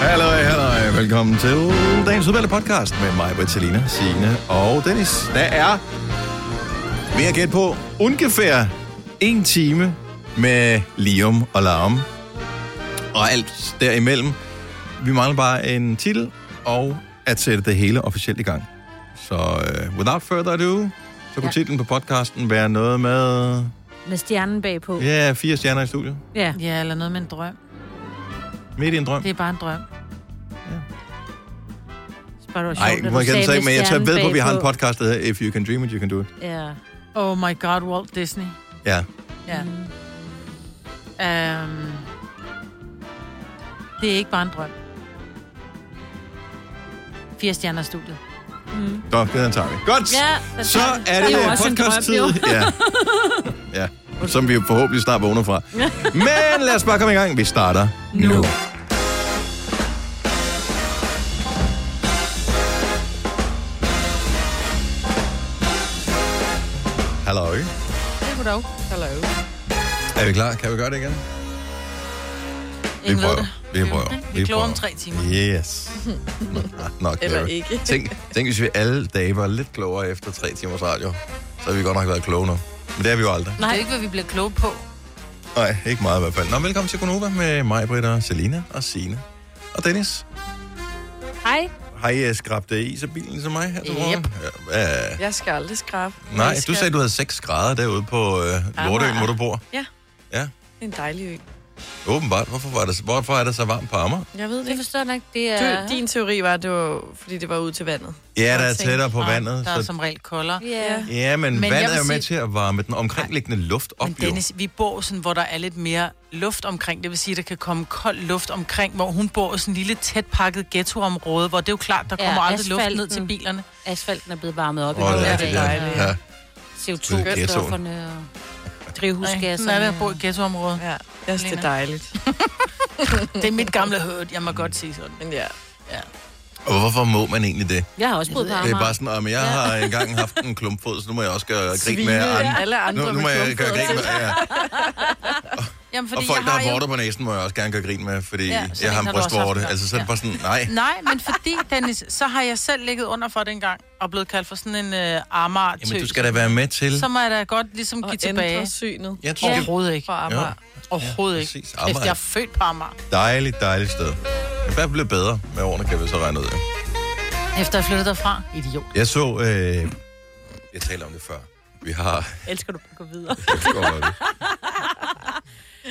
Hallo, hallo. Velkommen til dagens udvalgte podcast med mig, Bertalina, Signe og Dennis. Der er, ved at gætte på, ungefær en time med lium og larm. Og alt derimellem. Vi mangler bare en titel og at sætte det hele officielt i gang. Så uh, without further ado, så kunne Ja. titlen på podcasten være noget med... Med stjernen bagpå. Ja, yeah, fire stjerner i studiet. Ja. Ja, eller noget med en drøm. Midt i en drøm. Det er bare en drøm. Spørg, det var Nej, sjovt, at må jeg sagde gerne med sige, men jeg tager stjernen ved på, at vi har en bagpå. podcast, der hedder If You Can Dream It, You Can Do It. Ja. Oh my god, Walt Disney. Ja. Ja. Um, det er ikke bare en drøm. Fire stjerner i studiet. Godt, det tager vi. Godt! Ja, den så tager vi. er Det det, er jo det også en drøm, podcast-tid. jo. Ja. ja. Som vi jo forhåbentlig snart vågner fra. Men lad os bare komme i gang. Vi starter nu. nu. Hallo. Det kunne dog. Hello. Er vi klar? Kan vi gøre det igen? Ingen ved prøver. det. Vi prøver. Vi er klogere om tre timer. Yes. Nå, nej, nok Eller det. ikke. Tænk, tænk, hvis vi alle dage var lidt klogere efter tre timers radio. Så havde vi godt nok været kloge nu. Men det er vi jo aldrig. Nej. Det er ikke, hvad vi bliver kloge på. Nej, ikke meget i hvert fald. Nå, velkommen til Gonova med mig, Britt og Selina og Sine og Dennis. Hej. Har I øh, skrabt det is af bilen som mig her til Yep. morgen? Ja, øh, Jeg skal aldrig skrabe. nej, Jeg skal... du sagde, du havde 6 grader derude på øh, Lortøen, hvor du bor. Ja. Ja, Det er en dejlig ø. åbenbart. Hvorfor, var det, hvorfor er det så varmt på Amager? Jeg ved det Det ikke. forstår jeg nok. Det er... Du, din teori var, at det var, fordi det var ude til vandet. Ja, der er Jeg tænker, tættere på vandet. Der er Så, som regel koldere. Ja. ja, men, Men jeg vandet vil er jo med sige- til at varme den omkringliggende luft op, Men jo. Dennis, vi bor sådan, hvor der er lidt mere luft omkring. Det vil sige, at der kan komme kold luft omkring, hvor hun bor i sådan en lille tæt pakket ghettoområde, hvor det er jo klart, der Ja, kommer aldrig luft ned asfalten. til bilerne. Asfalten er blevet varmet op i Åh, nogle det er af det, rigtigt, dage, ja. og ja. ja. CO2-stofferne og Nej, drivhusgasser. sådan er det at bo i et ghettoområde. Ja, jeg synes, det er Lena. dejligt. Det er mit gamle hørt, jeg må godt sige sådan. Men ja, Og hvorfor må man egentlig det? Jeg har også boet på Det er Amager. bare sådan, at jeg har engang haft en klumpfod, så nu må jeg også gøre grin med andre. ja. alle andre Nu, nu må med jeg gøre klumpfødder. grin med, ja. Jamen, Og fordi folk, jeg der har har jo... vorter på næsen, må jeg også gerne gøre grin med, fordi Ja, ja, sådan jeg har en en har du også brystvorte. haft engang. Altså, så er det Ja. bare sådan, nej. Nej, men fordi, Dennis, så har jeg selv ligget under for den gang, og blevet kaldt for sådan en øh, armar Jamen, du skal da være med til. Så må jeg da godt ligesom give Og tilbage. ændre synet Jeg tror, det Overhovedet ikke. for Amager. Overhovedet ikke. præcis. Kæft, jeg er født på Amager. er et dejligt, dejligt sted. Men Hvad blev bedre med årene, kan vi så regne ud af. Efter jeg flyttede derfra. Idiot. Jeg så... Øh, jeg taler om det før. Vi har... Elsker du at gå videre?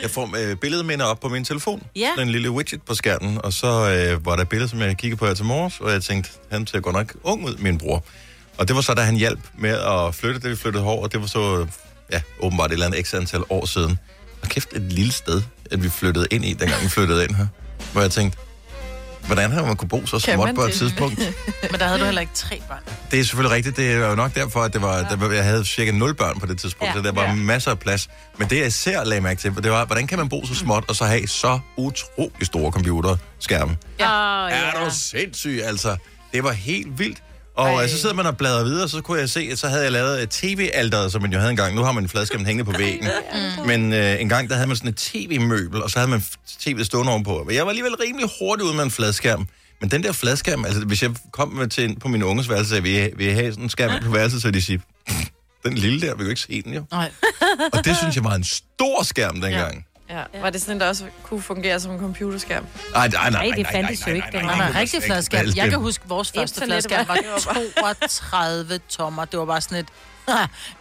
Jeg får øh, billedminder op på min telefon. Ja. Den lille widget på skærmen. Og så øh, var der et billede, som jeg kiggede på her til morges, og jeg tænkte, han ser godt nok ung ud, min bror. Og det var så, da han hjalp med at flytte, da vi flyttede over, og det var så øh, ja, åbenbart et eller andet ekstra antal år siden. Og kæft, et lille sted, at vi flyttede ind i, dengang vi flyttede ind her. Hvor jeg tænkte, hvordan har man kunne bo så Kan småt man på et det? tidspunkt? Men der havde du heller ikke tre børn. Det er selvfølgelig rigtigt. Det er jo nok derfor, at det var, ja. der, var- jeg havde cirka 0 børn på det tidspunkt, ja. Ja. så der var ja. masser af plads. Men det, jeg især lagde mærke til, det var, hvordan kan man bo så småt og så have så utrolig store computerskærme? Åh, Ja. Er ja. du sindssyg, altså? Det var helt vildt. Og øh, så sidder man og bladrer videre, så kunne jeg se, at så havde jeg lavet et tv-alderet, som man jo havde engang. Nu har man en fladskærm hængende på væggen. Men øh, en gang, der havde man sådan et tv-møbel, og så havde man f- tv'et stående ovenpå. Men jeg var alligevel rimelig hurtig ude med en fladskærm. Men den der fladskærm, altså hvis jeg kom med til, ind på min unges værelse, så vi vi have sådan en skærm ind på værelset, så ville de sige, den lille der, vi kan jo ikke se den jo. Nej. Og det synes jeg var en stor skærm dengang. Ja. Var det sådan, der også kunne fungere som en computerskærm? Ej, nej, nej, nej, det nej, nej, fandtes jo nej, ikke nej, Nej, nej, nej, rigtig fladskærm. Jeg kan huske, vores første Internettet fladskærm var var- 32 tommer. Det var bare sådan et...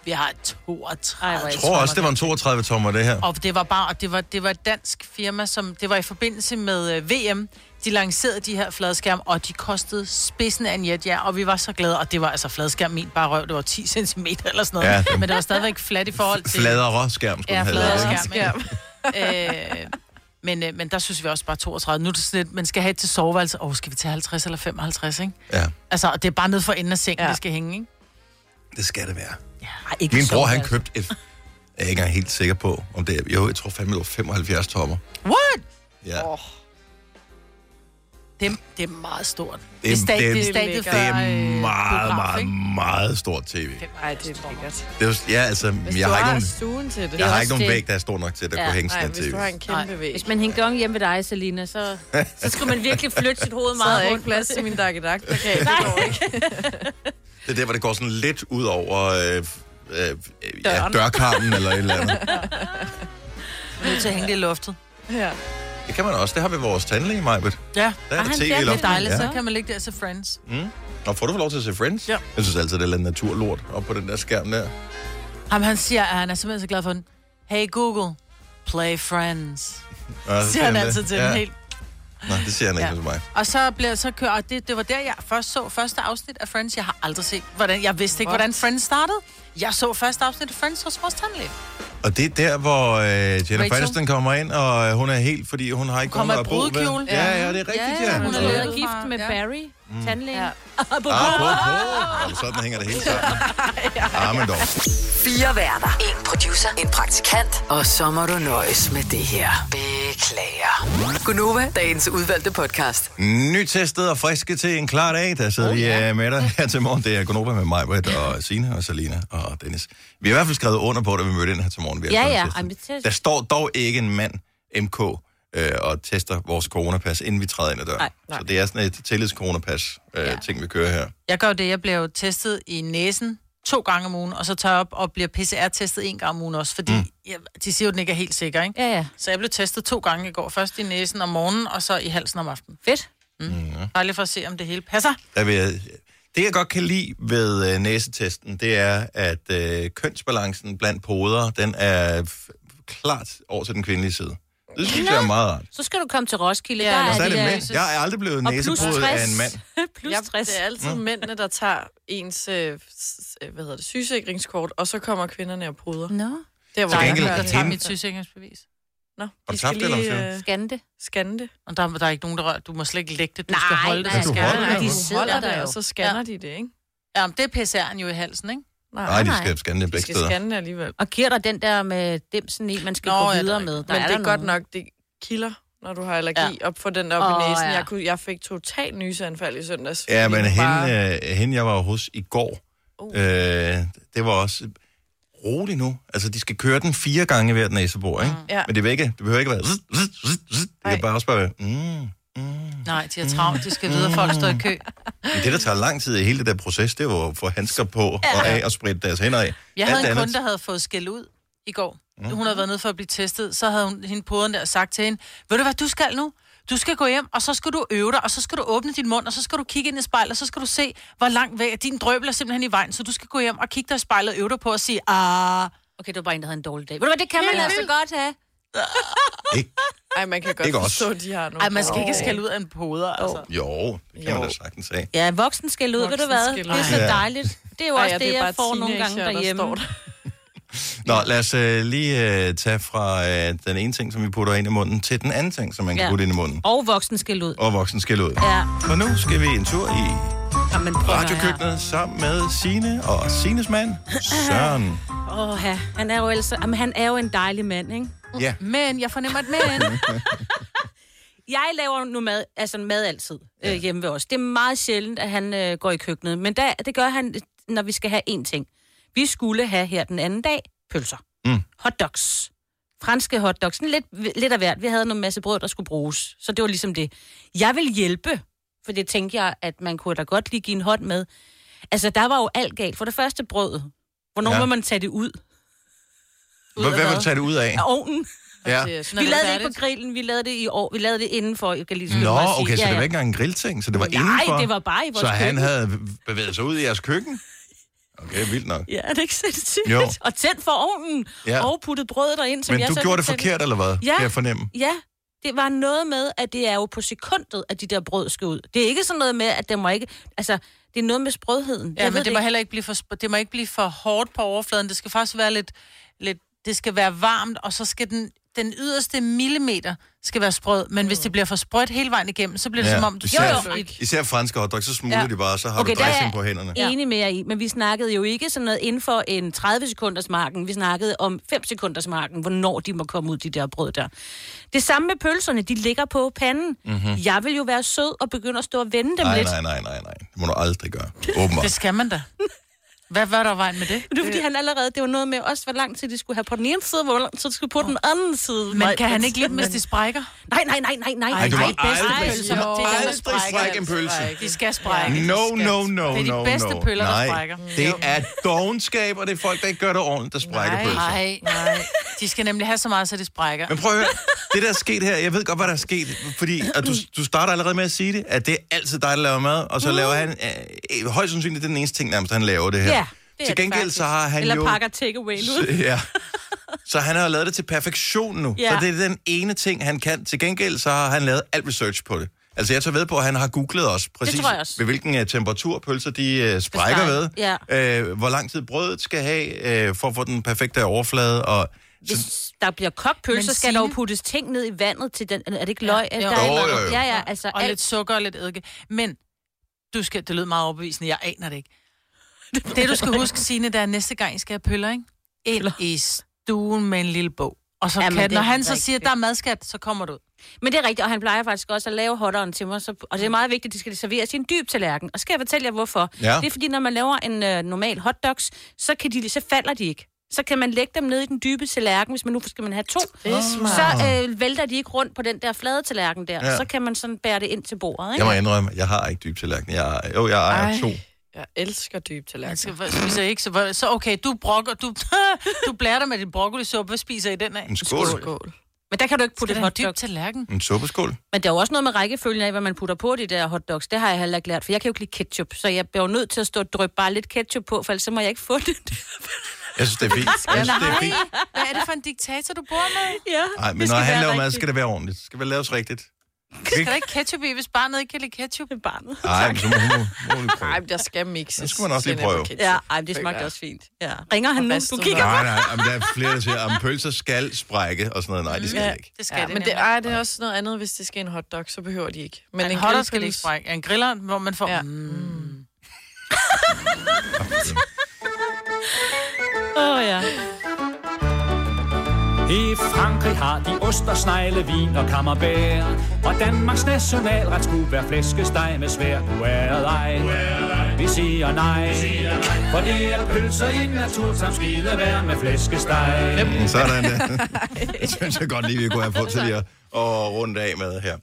Vi har et 32 Jeg tror også, det var en 32-tommer, det her. Og det var bare, og det var, det var et dansk firma, som det var i forbindelse med øh, VM. De lancerede de her fladskærm, og de kostede spidsen af en jetja, og vi var så glade. Og det var altså fladskærm, min bare røv, det var 10 cm eller sådan noget. Ja, Ja, det- Men det var stadigvæk flat i forhold til... Fladere skærm, skulle Ja, den have fladere heddet, ikke? skærm. Øh, men, øh, men der synes vi også bare 32. Nu er det sådan lidt, man skal have et til soveværelse. Åh, oh, skal vi tage 50 eller 55, ikke? Ja, Altså, og det er bare nede for enden af sengen, ja. Ja. det skal hænge, ikke? det skal det være. Ja, Ej, ikke Min bror, han købte et... Jeg er ikke engang helt sikker på, om det er... Jo, jeg tror fandme, det var 75 tommer. What? Ja. Åh, Dem, det er meget stort. Det Det er- er stadig det er- det, er stadig det er Det før, er øh, meget, biograf, meget, ikke? meget stort tv. Nej, det er lækkert. Det er, jo- ja, altså, Hvis jeg du har ikke har nogen, stuen til det. jeg har også ikke nogen det. væg, der er stor nok til, at der Ja. kunne hænge Nej, sådan et hvis tv. du har en kæmpe Nej, væg. Hvis man hænger dong hjemme ved dig, Selina, så, så skal man virkelig flytte sit hoved Så har meget jeg rundt. ikke plads til min dakkedak. Okay, det går ikke. Det er der, hvor det går sådan lidt ud over øh, øh, ja, Døren. dørkarmen eller et eller andet. Jeg er nødt til at hænge det i loftet. Ja. Det kan man også. Det har vi vores tandlæge, Majbet. Ja, Der er Ah, der han tv fjerner det i det er loftet. dejligt. dejligt, Ja. Så kan man lægge det til Friends. Mm. Og får du lov til at se Friends? Ja. Jeg synes altid, det er lidt naturlort op på den der skærm der. Jamen, han siger, at han er simpelthen så glad for den. Hey Google, play Friends. Ja, Siger han altid til ja. den helt. Nej, det siger han ikke Ja. hos mig. Og så, bliver, så kører, og det, det var der, jeg først så første afsnit af Friends. Jeg har aldrig set, hvordan, jeg vidste ikke, What? hvordan Friends startede. Jeg så første afsnit af Friends hos vores tandlæge. Og det er der, hvor øh, Jennifer Rachel? Aniston kommer ind, og øh, hun er helt, fordi hun har ikke Kommer nogen i at bo ved. brudekjole. Ja, ja, det er rigtigt, ja. Altså, Hun hun er er blevet ude gift fra- med ja. Barry, Mm. tandlægen. Ja. Ah, på, på. Jamen, sådan hænger det hele sammen. Ah, men dog. Fire værter. En producer. En praktikant. Og så må du nøjes med det her. Beklager. Gunova, dagens udvalgte podcast. Nytestet og friske til en klar dag. Der sidder vi øh, med dig her til morgen. Det er Gunnova med mig, Britt og Sine og Salina og Dennis. Vi har i hvert fald skrevet under på, da vi mødte ind her til morgen. Vi har Ja, fået ja. testet. Ej, men test- Der står dog ikke en mand, MK, øh, og tester vores coronapas, inden vi træder ind ad døren. Nej, Så det er sådan et tillidscoronapas, øh, ja. ting vi kører her. Jeg gør jo det, jeg bliver jo testet i næsen to gange om ugen, og så tager jeg op og bliver PCR-testet en gang om ugen også, fordi mm. jeg, de siger jo, at den ikke er helt sikker, ikke? Ja, ja. Så jeg blev testet to gange i går. Først i næsen om morgenen, og så i halsen om aftenen. Fedt. Dejligt for at se, om det hele passer. Mm-hmm. Der vil jeg, det, jeg godt kan lide ved øh, næsetesten, det er, at øh, kønsbalancen blandt poder, den er f- klart over til den kvindelige side. Det synes jeg er meget rart. Så skal du komme til Roskilde. Ja, der og Og så er de det der- mænd. Jeg er aldrig blevet Og plus næsebrudet af en mand. 60. plus 60. Det er Mm. altid mændene, der tager ens øh, s- øh, hvad hedder det, sygesikringskort, og så kommer kvinderne og pruder. Nå, Der, hvor Til jeg gengæld- hører, Jeg tager Hende- mit sygesikringsbevis. Nå, du de skal tabt det, eller hvad lige siger du? øh, skande. scanne det. Og der, der er ikke nogen, der rører. Du må slet ikke lægge det. Du Nej, skal holde nej, det. Men du skal holder det, nej, eller de hvad? sidder Holder der det, jo. og så scanner de det, ikke? Ja, men det er PCR'en jo i halsen, ikke? Nej, de nej. skal scanne det de begge skal steder. scanne det alligevel. Og giver dig den der med dimsen i, man skal Nå, ja, gå der videre er med. Der Men er det der er godt nok, nogen. det kilder, når du har allergi, op for den der op Åh, i næsen. ja. Jeg, kunne, jeg fik total nyseanfald i søndags. Ja, fordi men den bare- hende, øh, hende, jeg var hos i går, Uh. øh, det var også øh, rolig nu. Altså, de skal køre den fire gange hvert næsebor, ikke? Mm. Ja. Men det, vil ikke, det behøver ikke være... zzz, zzz, zzz, zzz. Det kan Nej. bare også bare være... Mm. Nej, de har travlt. De skal videre. Folk står i kø. Men det, der tager lang tid i hele det der proces, det er jo at få handsker på og af og spritte deres hænder af. Jeg Alt havde en andet- Mm. kunde, der havde fået skæld ud i går. Hun havde været nede for at blive testet. Så havde hun hende poderen der sagt til hende, ved du hvad du skal nu? Du skal gå hjem, og så skal du øve dig, og så skal du åbne din mund, og så skal du kigge ind i spejlet, og så skal du se, hvor langt væk din drøbel er simpelthen i vejen. Så du skal gå hjem og kigge dig i spejlet og øve dig på at sige, ah, Okay, det var bare en, der havde en dårlig dag. Ved du hvad, det kan man altså godt have. Ikke? Ej, man kan godt Ikke os. forstå, at de har nogle... Ej, man skal ikke skælde ud af en poder, altså. Jo, det kan man Jo. da sagtens af. Ja, voksen skal ud, ved du hvad? Det Voksenskæld ud. er så Ja. dejligt. Det er jo Ej, også ja, det, er jeg bare får nogle gange teenager, der derhjemme. står der. Nå, lad os øh, lige øh, tage fra øh, den ene ting, som vi putter ind i munden, til den anden ting, som man kan Ja. putte ind i munden. Og voksen skal ud. Og voksen skal ud. Ja, For nu skal vi en tur i Jamen, prøv at høre her. radiokøkkenet sammen med Sine og Sines mand, Søren. Åh, ja. han er jo altså... Jamen, han er jo en dejlig mand, ikke? Ja, Men jeg fornemmer et men. Jeg laver nu mad, altså mad altid øh, hjemme ved os. Det er meget sjældent, at han øh, går i køkkenet, men der, det gør han, når vi skal have én ting. Vi skulle have her den anden dag pølser. Mm. Hotdogs. Franske hotdogs. Sådan Lidt, lidt af hvert. Vi havde noget masse brød, der skulle bruges. Så det var ligesom det. Jeg vil hjælpe, for det tænkte jeg, at man kunne da godt lige give en hånd med. Altså, der var jo alt galt. For det første brødet. Hvornår Ja. ja. må man tage det ud hvad, hvad vil du tage det ud af? af ovnen? Ja. Når Vi lavede det ikke færdigt. på grillen, vi lavede det i år. Vi lavede det indenfor, jeg kan lige skynde Nå, mig at sige. okay, så Ja, det ja. var ikke engang en grillting, så det var indenfor. Nej, det var bare i vores Så han køkken. havde bevæget sig ud i jeres køkken? Okay, vildt nok. Ja, er det ikke sindssygt? Jo. Og tændt for ovnen, Ja. ja. og puttet brødet derind, som Men jeg du så gjorde det tændte. forkert, eller hvad? Ja. Kan jeg fornemme? Ja, det var noget med, at det er jo på sekundet, at de der brød skal ud. Det er ikke sådan noget med, at det må ikke... Altså, det er noget med sprødheden. Ja, jeg men ved det må ikke. heller ikke blive for, sp- det må ikke blive for hårdt på overfladen. Det skal faktisk være lidt, lidt det skal være varmt, og så skal den den yderste millimeter skal være sprød, men Mm. hvis det bliver for sprødt hele vejen igennem, så bliver det ja. som om... Jo, især, jo, i- især franske hotdogs, så smuler ja. de bare, så har okay, du der er dressing jeg på hænderne. enig med jer i, men vi snakkede jo ikke sådan noget inden for en 30 sekunders marken. Vi snakkede om 5 sekunders marken, hvornår de må komme ud, de der brød der. Det samme med pølserne, de ligger på panden. Mm-hmm. Jeg vil jo være sød og begynde at stå og vende dem Mhm. Nej, lidt. nej, nej, nej, nej. Det må du aldrig gøre. Åbenbart. Det skal man Øh. da. Hvad var der vejen med det? Men Det er fordi, han allerede, det var noget med også, hvor lang tid de skulle have på den ene side, hvor lang tid de skulle på den anden side. Men kan han ikke lidt, hvis de sprækker? Nej, nej, nej, nej, nej. Ej, du må nej, bedste aldrig- pølser. du må Det er altså dem, der aldrig sprække en pølse. altså De skal sprække. de No, skal. no, no, Det er de no, bedste no. pøller, der Nej, sprækker. det er dogenskab, og det er folk, der ikke gør det ordentligt, der sprækker Nej, pølser. nej, nej. De skal nemlig have så meget, så de sprækker. Men prøv at høre, det der er sket her, jeg ved godt, hvad der er sket, fordi at du, du starter allerede med at sige det, at det er altid dig, der laver mad, og så Mm. laver han, øh, højst sandsynligt, det er den eneste ting nærmest, han laver det her. Ja, det er det Til gengæld så har han Eller jo... pakker takeaway ud. Så- Ja. Så han har lavet det til perfektion nu. Ja. Ja. Så det er den ene ting, han kan. Til gengæld så har han lavet alt research på det. Altså jeg tager ved på, at han har googlet også præcis, tror jeg også. ved hvilken uh, temperatur pølser de uh, sprækker ved. Besteg, Uh, hvor lang tid brødet skal have uh, for at få den perfekte overflade. Og, så, Hvis der bliver kogt pølse, Men så skal der Signe- jo puttes ting ned i vandet til den. Er det ikke løg? Ja, jo. der er Jo, noget- jo, jo. ja, ja, altså Og alt. lidt sukker og lidt eddike. Men du skal, det lød meget overbevisende, jeg aner det ikke. Det du skal huske, Signe, det er at næste gang, I skal have pøller, ikke? Ind i stuen med en lille bog. Og så Jamen, kan, det når er han så rigtigt. siger, at der er madskat, så kommer du ud. Men det er rigtigt, og han plejer faktisk også at lave hotteren til mig. Så, og Mm. det er meget vigtigt, at de skal serveres i en dyb tallerken. Og skal jeg fortælle jer, hvorfor? Ja. Det er fordi, når man laver en øh, normal hotdogs, så, kan de, så falder de ikke. Så kan man lægge dem ned i den dybe tallerken, hvis man nu skal man have to. Det er smart. Så øh, vælter de ikke rundt på den der flade tallerken der. Ja. Ja. Så kan man sådan bære det ind til bordet, jeg ikke? må indrømme, jeg har ikke dyb tallerken. Jeg, jo, jeg ejer Ej. to. Jeg elsker dyb Han tallerken. skal, hvad spiser I ikke? Så, hvor- så okay, du brokker, du, du blærer dig med din broccolisuppe. Hvad spiser I den af? En skål. Skål. Men der kan du ikke putte Det et er en dyb hotdog. tallerken. Mm. En suppeskål. Men der er jo også noget med rækkefølgen af, hvad man putter på de der hotdogs. Det har jeg heller ikke lært, for jeg kan jo ikke lide ketchup. Så jeg bliver jo nødt til at stå og dryppe bare lidt ketchup på, for ellers så må jeg ikke få det. Jeg synes, det er fint. Jeg synes, Altså, det er fint. Hvad er det for en diktator, du bor med? ja, Ej, men når han laver mad, så skal det være ordentligt. Det skal vel laves rigtigt. Skal der ikke ketchup i, hvis barnet ikke kan lide ketchup? det barnet. Nej, men så må hun må, må Nej, men der skal mixes. Det skulle man også lige sennep og prøve. ketchup, Ja, ej, men det føler smagte jeg. også fint. Ja. Ringer han nu? Du ristet kigger Nej, nej, men der er flere, der siger, at pølser skal sprække og sådan noget. Nej, det skal ja. ikke. Det skal Ja, det men det, nemlig. ej, det er også noget andet, hvis det skal en hotdog, så behøver de ikke. Men en hotter skal det ikke sprække. En griller, hvor man får... Ja. Ja. Mm. Åh, oh, ja. I Frankrig har de ost og snegle, vin og kammerbær. Og Danmarks nationalret skulle være flæskesteg med svær. Du er ej, vi siger nej. For det er pølser i naturtams vilde vær med flæskesteg. Mm, Sådan der. Det synes jeg godt lige, vi kunne have fået til lige at at runde af med her.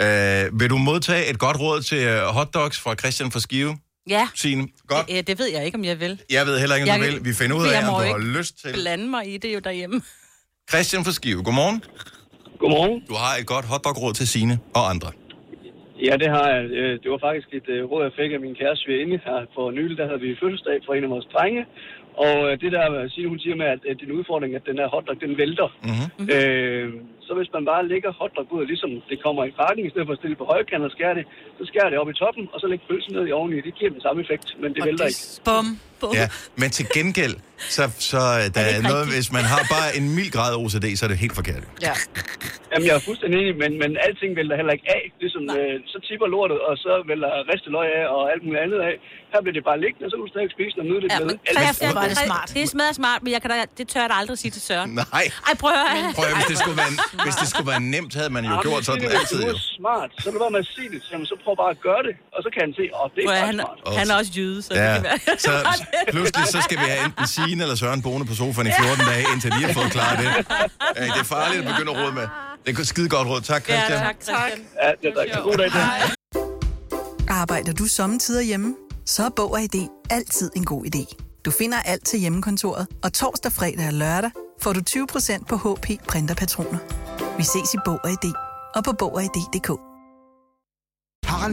Ja. Øh, vil du modtage et godt råd til øh, hotdogs fra Christian fra Skive, Ja. Signe? Godt. ja, det ved jeg ikke, om jeg vil. Jeg ved heller ikke, om du Jeg kan- vil. Vi finder ud Jeg af, om må du ikke har lyst til. Blande mig i det jo derhjemme. Christian fra Skive, godmorgen. Godmorgen. Du har et godt hotdog-råd til Signe og andre. Ja, det har jeg. Øh, Det var faktisk et øh, råd, jeg fik af min kæreste svigerinde her for nylig. Der havde vi fødselsdag for en af vores drenge. Og øh, det der, øh, Signe, hun siger med, at, at det er en udfordring, at den her hotdog, den vælter. Mm-hmm. Øh, så hvis man bare lægger hotdog ud, ligesom det kommer i pakken, i stedet for at stille på højkant og skære det, så skærer det op i toppen, og så lægger pølsen ned i oveni. Det giver den samme effekt, men det vælter ikke. Bum. Ja, men til gengæld, så, så øh, der er noget, hvis man har bare en mild grad af OCD, så er det helt forkert. Ja. Jamen, jeg er fuldstændig enig, men, men alting vælter heller ikke af. Ligesom, øh, så tipper lortet, og så vælter risteløg af og alt muligt andet af. Her bliver det bare liggende, og så kan du stadig spise noget nydeligt Ja, med. men Alt er Christian, hvor er det smart. Det er smadret smart, men jeg kan da, det tør jeg da aldrig sige til Søren. Nej. Ej, prøv at høre. Prøv at, høre, hvis det, skulle være, hvis det skulle være nemt, havde man jo Jamen, gjort sådan det er altid. Jo. Det er smart. Så lad være med at sige det til ham, så prøv bare at gøre det, og så kan han se, åh, oh, det er Prøv at, høre, bare han, smart. han er også jyde, så det Ja, kan være. så pludselig så skal vi have enten Signe eller Søren boende på sofaen i 14 dage, indtil de har fået klaret det. Øh, Det er farligt at begynde at råde med. Det er et skide godt råd. Tak, Christian. Ja, tak, tak. Ja, det er rigtig god dag til. ham. Arbejder du sommetider hjemme? Så er Bog og ID altid en god idé. Du finder alt til hjemmekontoret, og torsdag, fredag og lørdag får du 20% på HP Printerpatroner. Vi ses i Bog og ID og på Bog og ID.dk. Harald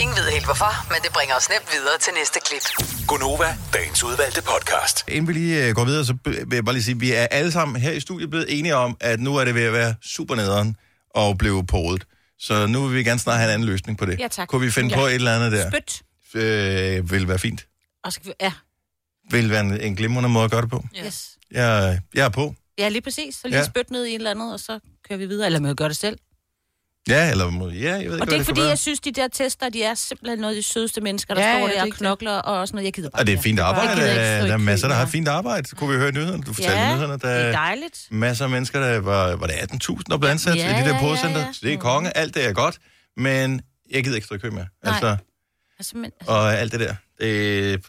Ingen ved helt hvorfor, men det bringer os nemt videre til næste klip. Gunova, dagens udvalgte podcast. Inden vi lige øh, går videre, så b- vil jeg bare lige sige, at vi er alle sammen her i studiet blevet enige om, at nu er det ved at være super nederen og blive podet. Så nu vil vi gerne snart have en anden løsning på det. Ja, tak. Kunne vi finde ja. på et eller andet der? Spyt. Øh, vil være fint. Og så, kan vi- ja, Vil være en, en glimrende måde at gøre det på. yes. Jeg, jeg er på. Ja, lige præcis. Så lige Ja. ja. spyt ned i et eller andet, og så kører vi videre. Eller man kan gøre det selv. Ja, eller... må- Ja, jeg ved og ikke, det er hvad ikke skal fordi, være. jeg synes, de der tester, de er simpelthen noget af de sødeste mennesker, der Ja, står ja, det der er og ikke det. knokler og sådan noget. Jeg gider bare. Og det er ikke. fint Jeg arbejde. gider ikke Der, stå i der er masser, kø, der har ja. et fint arbejde. Kunne vi høre i nyhederne? Du fortalte Ja, i nyhederne, der det er dejligt. masser af mennesker, der var, var det 18.000, der blev ansat Ja, i de der ja, podecenter. ja, ja. Så det er konge, alt det er godt, men jeg gider ikke stå i kø mere. Nej. Altså, Altså, men, og alt det der. Øh,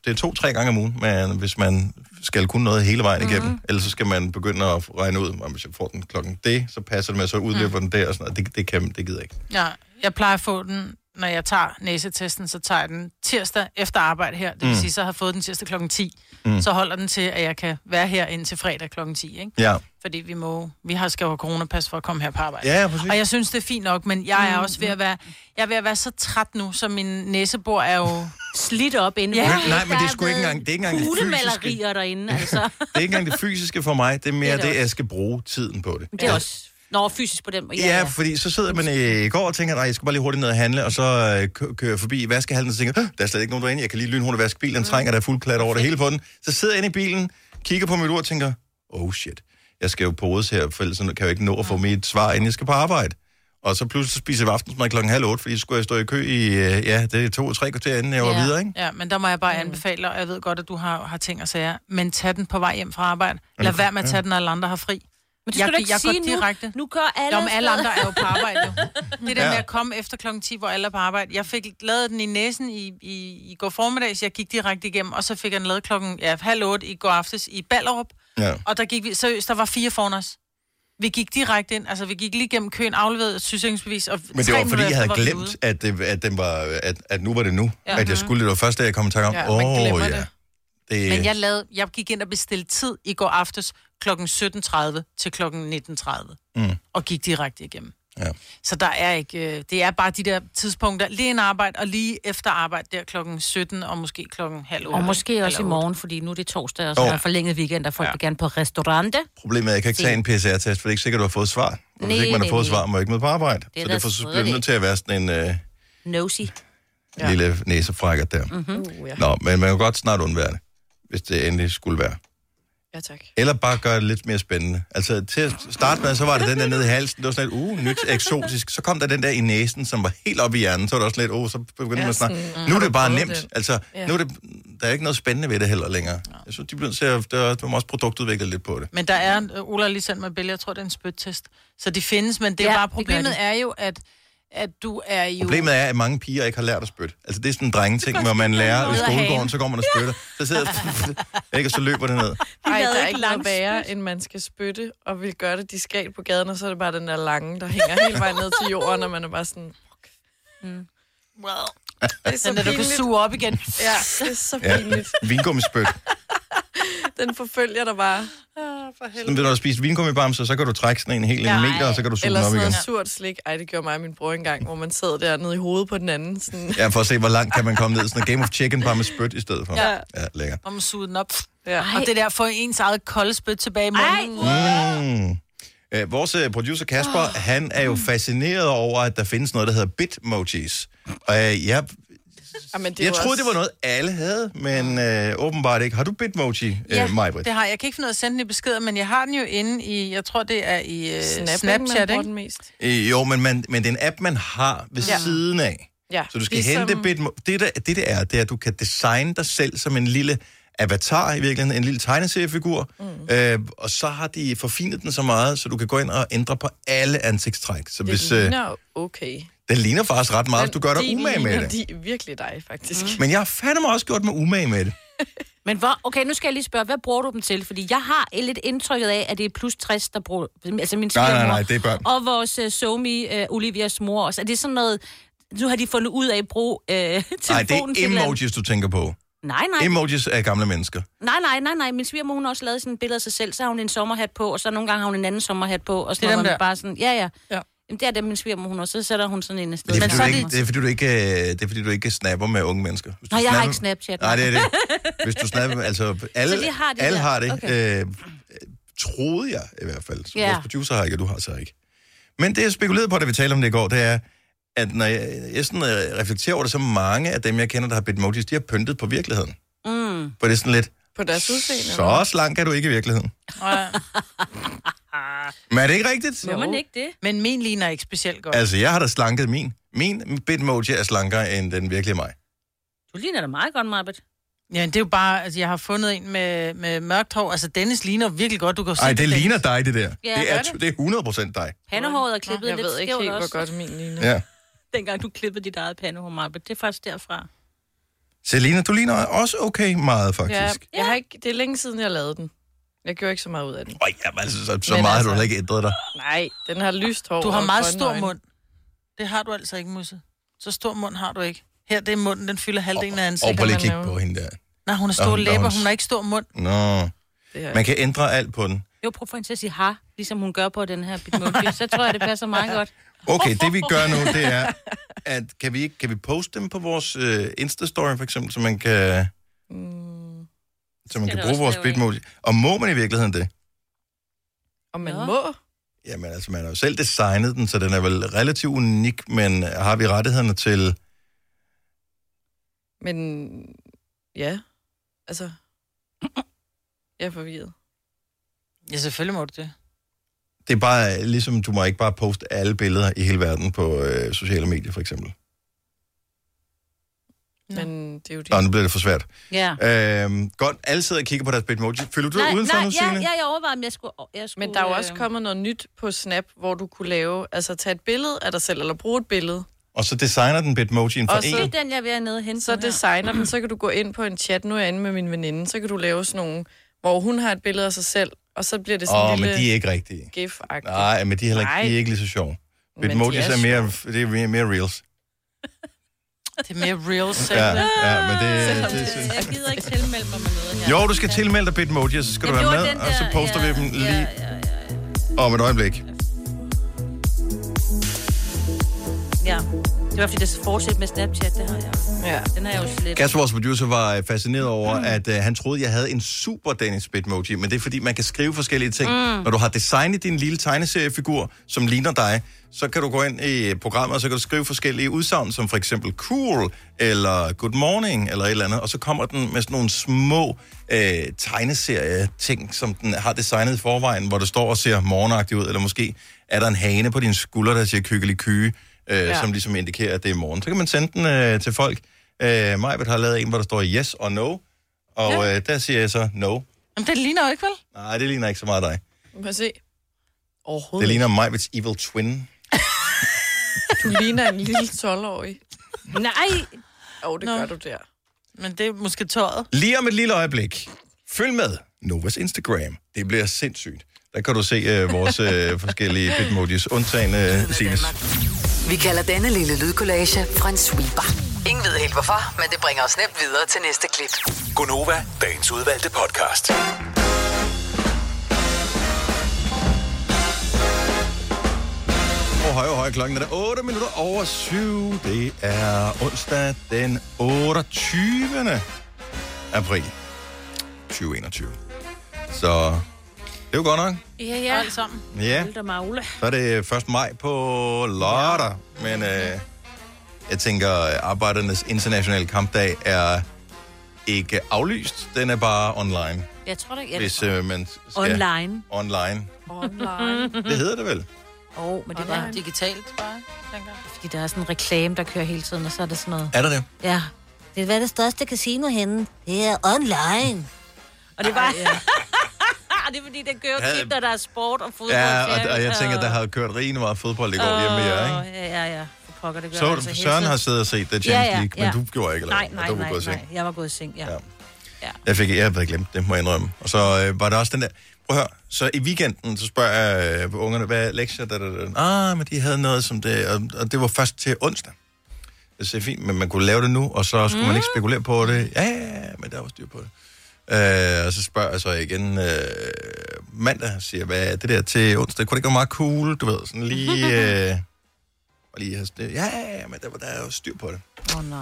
det er to-tre gange om ugen, men hvis man skal kunne noget hele vejen igennem, Mhm. mm. ellers så skal man begynde at regne ud, om hvis jeg får den klokken det, så passer det med, så udløber mm. Mhm. den der og sådan noget. Det, det kan det gider jeg ikke. Ja, jeg plejer at få den, når jeg tager næsetesten, så tager jeg den tirsdag efter arbejde her. Det vil Mm. mm. sige, så har jeg fået den tirsdag klokken 10. Mm. Mm. Så holder den til, at jeg kan være her indtil fredag klokken 10, ikke? Ja. Fordi vi må, vi har skal jo have coronapas for at komme her på arbejde. Ja, ja, præcis. Og jeg synes, det er fint nok, men jeg er også ved at være, jeg er ved at være så træt nu, så min næsebor er jo... Slidt op inde. Ja. Men- nej, men det er sgu ikke engang- det er ikke engang det Hulemalerier derinde, altså. Det er ikke engang det fysiske for mig, det er mere Det er det, det også. jeg skal bruge tiden på det. Men det er også... Nå, fysisk på den. Ja, Ja, ja, fordi så sidder man øh, i går og tænker, nej, jeg skal bare lige hurtigt ned og handle, og så øh, kø- kører jeg forbi vaskehallen og tænker, "Hå, der er slet ikke nogen derinde, jeg kan lige lynhurtigt vaske Mm. bilen, den trænger, der er fuld klat over det hele på den. Så sidder jeg inde i bilen, kigger på mit ur og tænker, oh shit, jeg skal jo podes her, for ellers så kan jeg jo ikke nå at få Mm. mit svar, inden jeg skal på arbejde. Og så pludselig så spiser jeg aftensmad klokken halv otte, fordi så skulle jeg stå i kø i, øh, ja, det er to-tre kvarter, inden jeg var ja. videre, ikke? Ja, men der må jeg bare anbefale, og jeg ved godt, at du har, har ting at sige, men tag den på vej hjem fra arbejde. Lad det- være med at ja. tage den, når alle andre har fri. Men det skal jeg, du ikke jeg går sige direkte. nu. Nu gør alle... Nå, men alle afsted. andre er jo på arbejde, jo. Det der Ja. ja. med at komme efter klokken 10, hvor alle er på arbejde. Jeg fik lavet den i næsen i, i, i går formiddags, jeg gik direkte igennem, og så fik jeg den lavet klokken ja, halv otte i går aftes i Ballerup. Ja. Og der gik vi, seriøst, der var fire foran os. Vi gik direkte ind, altså vi gik lige gennem køen, afleverede et sygesikringsbevis. Og Men det tre var fordi, minutter jeg efter havde var vi glemt, ude. at, det, at, den var, at, at nu var det nu. Ja. Ja. At jeg Mhm. skulle, det var først, da jeg kom i tanke om, Ja, åh man ja, oh, glemmer ja. det. Det, Men jeg, lavede, jeg gik ind og bestilte tid i går aftes kl. 17.30 til kl. 19.30. Mm. Og gik direkte igennem. Ja. Så der er ikke, øh, det er bare de der tidspunkter, lige en arbejde og lige efter arbejde der klokken 17 og måske klokken halv 8. Og måske også i morgen, fordi nu er det torsdag, og så Jo. er der forlænget weekend, og folk ja. vil gerne på restaurante. Problemet er, at jeg kan ikke tage en PCR-test, for det er ikke sikkert, du har fået svar. Og hvis Nej, ikke man har nej, fået nej. svar, må jeg ikke med på arbejde. Det er så da derfor så slet bliver det nødt ikke. til at være sådan en øh, Nosy. ja. lille næsefrækker der. Mm-hmm. Uh, Nå, men man kan godt snart undvære det, hvis det endelig skulle være. Ja, tak. Eller bare gøre det lidt mere spændende. Altså til at starte med, så var det den der nede i halsen, det var sådan lidt, uh, nyt, eksotisk. Så kom der den der i næsen, som var helt oppe i hjernen, så var det også lidt, uh, så begyndte Ja, man snart. sådan, Nu er har det du bare prøvet nemt. det? Altså, Ja. nu er det, der er ikke noget spændende ved det heller længere. Jeg synes, de bliver nødt til at, der, der må også produktudvikle lidt på det. Men der er, øh, Ola har lige sendt mig billede, jeg tror, det er en spyttest. Så de findes, men det er Ja, ja, bare, det gør de. problemet er jo, at, at du er jo... Problemet er, at mange piger ikke har lært at spytte. Altså, det er sådan en drengeting, hvor man lærer i Ud af skolegården, hagen. så går man og spytter. Så sidder ikke, og så løber det ned. Ej, lavede der er ikke ikke noget lang værre, end man skal spytte, og vil gøre det diskret på gaden, og så er det bare den der lange, der hænger hele vejen ned til jorden, og man er bare sådan... Well. Det er så Den der, du kan pinligt. suge op igen. Ja, det er så Ja, pinligt. vingummispyt. Den forfølger dig Ah, bare. Sådan, når du har spist vingummibamser, så kan du trække sådan en hel en meter, og så kan du suge Eller den op sådan igen. noget surt slik. Ej, det gjorde mig og min bror engang, hvor man sad dernede i hovedet på den anden. Sådan. Ja, for at se, hvor langt kan man komme ned. Sådan en Game of Chicken bare med spyt i stedet for. Ja. ja lækker. Om at suge den op. Ja. Og det der, få ens eget kolde spyt tilbage i munden. Mm. Øh, Vores øh, producer Kasper, han er jo fascineret over, at der findes noget, der hedder bitmojis. Og øh, jeg, Jamen, det er jeg jo troede, også- det var noget, alle havde, men øh, åbenbart ikke. Har du bitmoji, Ja, øh, Majbrit? det har jeg. Jeg kan ikke finde ud af at sende den i beskeder, men jeg har den jo inde i, jeg tror det er i uh, Snap, Snapchat, ikke? Man Snapchat, bruger ikke? den mest. Øh, Jo, men, man, men det er en app, man har ved ja. Ja. siden af. Ja, Så du skal ligesom... hente Bitmo... Det, der, det, det er, det er, at du kan designe dig selv som en lille avatar i virkeligheden, en lille tegneseriefigur, mm. øh, og så har de forfinet den så meget, så du kan gå ind og ændre på alle ansigtstræk. Så Det hvis, øh, ligner okay. Den ligner faktisk ret meget, hvis du gør dig umage med det. De er virkelig dig, faktisk. Mm. Men jeg har fandme også gjort mig umage med det. Men hvor, okay, nu skal jeg lige spørge, hvad bruger du dem til? Fordi jeg har lidt indtrykket af, at det er plus 60, der bruger... Altså min Nej, nej, svigermor nej, det er børn. Og vores uh, somi, uh, Olivias mor også. Er det sådan noget... Nu har de fundet ud af at bruge uh, telefonen Nej, til... det er et eller andet? emojis, du tænker på. Nej, nej. Emojis er gamle mennesker. Nej, nej, nej, nej. Min svigermor, hun har også lavet sådan et billede af sig selv. Så har hun en sommerhat på, og så nogle gange har hun en anden sommerhat på. Og Det sådan er noget, dem hvor man der. bare sådan, ja, ja. ja. Jamen, det er det, min svigermor, hun også. Så sætter hun sådan en afsted. Det er, fordi, du ikke, det, er, fordi du ikke, øh, det er, fordi du ikke snapper med unge mennesker. Hvis du Nej, jeg har snapper- ikke Snapchat. Nej, det er det. Hvis du snapper... Altså, alle, Så de har har det det, alle der. har det. Okay. Okay. Øh, troede jeg i hvert fald. Så Ja. Vores producer har ikke, og du har så ikke. Men det, jeg spekulerede på, da vi talte om det i går, det er, at når jeg, jeg sådan, øh, reflekterer over det, så mange af dem, jeg kender, der har bitmojis, de har pyntet på virkeligheden. Mm. For det er sådan lidt, På deres udseende. så slank er du ikke i virkeligheden. Men er det ikke rigtigt? Må man ikke det? Men min ligner ikke specielt godt. Altså, jeg har da slanket min. Min bitmoji er slankere end den virkelige mig. Du ligner da meget godt, Marbet. Ja, det er jo bare, altså, jeg har fundet en med, med mørkt hår. Altså, Dennis ligner virkelig godt. Du kan jo se Nej, det Dennis. ligner dig, det der. Ja, det, gør er, det? det er 100% dig. Pandehåret er klippet Jeg lidt ved ikke skævt helt, hvor også. godt min ligner. Ja. Dengang du klippede dit eget pandehår, Marbet. Det er faktisk derfra. Selina, du ligner også okay meget, faktisk. Ja, Ja. jeg har ikke, det er længe siden, jeg lavede den. Jeg gjorde ikke så meget ud af den. Øj, jamen, altså, så, så Men meget altså... har du altså- heller ikke ændret dig. Nej, den har lyst hår. Du har og meget grønne stor øjne. mund. Det har du altså ikke, Musse. Så stor mund har du ikke. Her, det er munden, den fylder halvdelen af Og ansigtet. prøv lige at kigge på hende der. Nej, hun har Nå, store nå, læber, hun- hun har ikke stor mund. Nå. Det er- Man kan ændre alt på den. Jo, prøv for hende til at sige har, ligesom hun gør på den her bitmoji. Så tror jeg, det passer meget godt. Okay, det vi gør nu, det er, at kan vi, ikke- kan vi poste dem på vores øh, Insta-story, for eksempel, så man kan, så man Skal kan du bruge også vores lave en? bitmoji. Og må man i virkeligheden det? Og man må. Jamen altså, man har jo selv designet den, så den er vel relativt unik, men har vi rettighederne til... Men ja, altså, jeg er forvirret. Ja, selvfølgelig må du det. Det er bare øh, ligesom, du må ikke bare poste alle billeder i hele verden på øh, sociale medier, for eksempel. Men det er jo det. Nå, nu bliver det for svært. Ja. Øhm, godt, alle sidder og kigger på deres bitmoji. Føler du dig udenfor nej, nu, ja, Signe? ja, jeg overvejer, om jeg skulle... Jeg skulle Men der er jo også øh, kommet noget nyt på Snap, hvor du kunne lave, altså tage et billede af dig selv, eller bruge et billede. Og så designer den bitmojien for Og så- en. Den, jeg er ved at nede og hente Så designer den, så kan du gå ind på en chat, nu er jeg inde med min veninde, så kan du lave sådan nogle, hvor hun har et billede af sig selv, og så bliver det sådan Åh, en men lille de er ikke rigtige. gif -agtigt. Nej, men de er, heller ikke, de er ikke lige så sjove. Men Bitmojis de er er, mere, det er mere, mere reels. Det er mere real selv. Ja, ja, men det, Selvom det, det, jeg gider ikke tilmelde mig med noget her. Jo, du skal tilmelde dig Bitmoji, så skal Jeg du være gjorde med, den og så der, poster ja, vi dem lige om et øjeblik. Ja, det var fordi, det fortsætter med Snapchat, det har jeg. Ja. Den har jeg jo slet. Kasper, vores producer, var øh, fascineret over, mm. at øh, han troede, jeg havde en super Dennis Bitmoji, men det er fordi, man kan skrive forskellige ting. Mm. Mm. Når du har designet din lille tegneseriefigur, som ligner dig, så kan du gå ind i programmet, og så kan du skrive forskellige udsagn, som for eksempel cool, eller good morning, eller et eller andet, og så kommer den med sådan nogle små øh, tegneserie-ting, som den har designet i forvejen, hvor det står og ser morgenagtig ud, eller måske er der en hane på din skulder, der siger kykkelig kyge, øh, Ja. ja. som ligesom indikerer, at det er morgen. Så kan man sende den øh, til folk. Øh, Majbet har lavet en, hvor der står yes og no, og ja. øh, der siger jeg så no. Jamen, det ligner jo ikke, vel? Nej, det ligner ikke så meget dig. Må jeg se? Overhovedet. Det ligner Majbets evil twin. ikke. Du ligner en lille 12-årig. Nej! Åh, oh, det Nå. gør du der. Men det er måske tøjet. Lige om et lille øjeblik. Følg med Novas Instagram. Det bliver sindssygt. Der kan du se øh, vores øh, forskellige bitmojis, undtagen øh, Sines. Vi kalder denne lille lydkollage en sweeper. Ingen ved helt hvorfor, men det bringer os nemt videre til næste klip. Gunova, dagens udvalgte podcast. Åh, høj, høj, klokken er der 8 minutter over 7. Det er onsdag den 28. april 2021. Så det er jo godt nok. Ja, ja. Alt sammen. Ja. Hold da magle. Så er det 1. maj på lørdag, men øh, jeg tænker, arbejdernes internationale kampdag er ikke aflyst. Den er bare online, Jeg tror da ikke, ja, jeg hvis øh, man skal... Online. Online. Online. Det hedder det vel? Åh, oh, men det var Online. digitalt bare, tænker jeg. Fordi der er sådan en reklame, der kører hele tiden, og så er det sådan noget. Er der det? Ja. Det er hvad er det største casino henne. Det er online. Og det var... Ej, ja. Ah, det er fordi, det gør Ja. tit, når der er sport og fodbold. Ja, og, og jeg tænker, der har kørt rigtig meget fodbold i går hjemme med jer, ikke? Ja, ja, ja. pokker, det gør Så jeg du, altså hele Søren tiden. har siddet og set The Champions League, men du gjorde ikke, eller Nej, hvad? nej, Du var nej, gået i nej, seng. jeg var gået i seng, ja. ja. Jeg fik, jeg havde glemt det, må jeg indrømme. Og så øh, var der også den der, prøv at høre, så i weekenden, så spørger jeg øh, ungerne, hvad er lektier? Da, da, da. Ah, men de havde noget som det, og, og det var først til onsdag. Det er fint, men man kunne lave det nu, og så skulle mm. man ikke spekulere på det. Ja, ja, ja, men der var styr på det. Øh, og så spørger jeg så igen øh, mandag, siger jeg, hvad er det der til onsdag? Kunne det ikke være meget cool, du ved, sådan lige... Øh, og lige have styr- ja, ja, ja, men der, var- der er jo styr på det. Åh, oh, nej.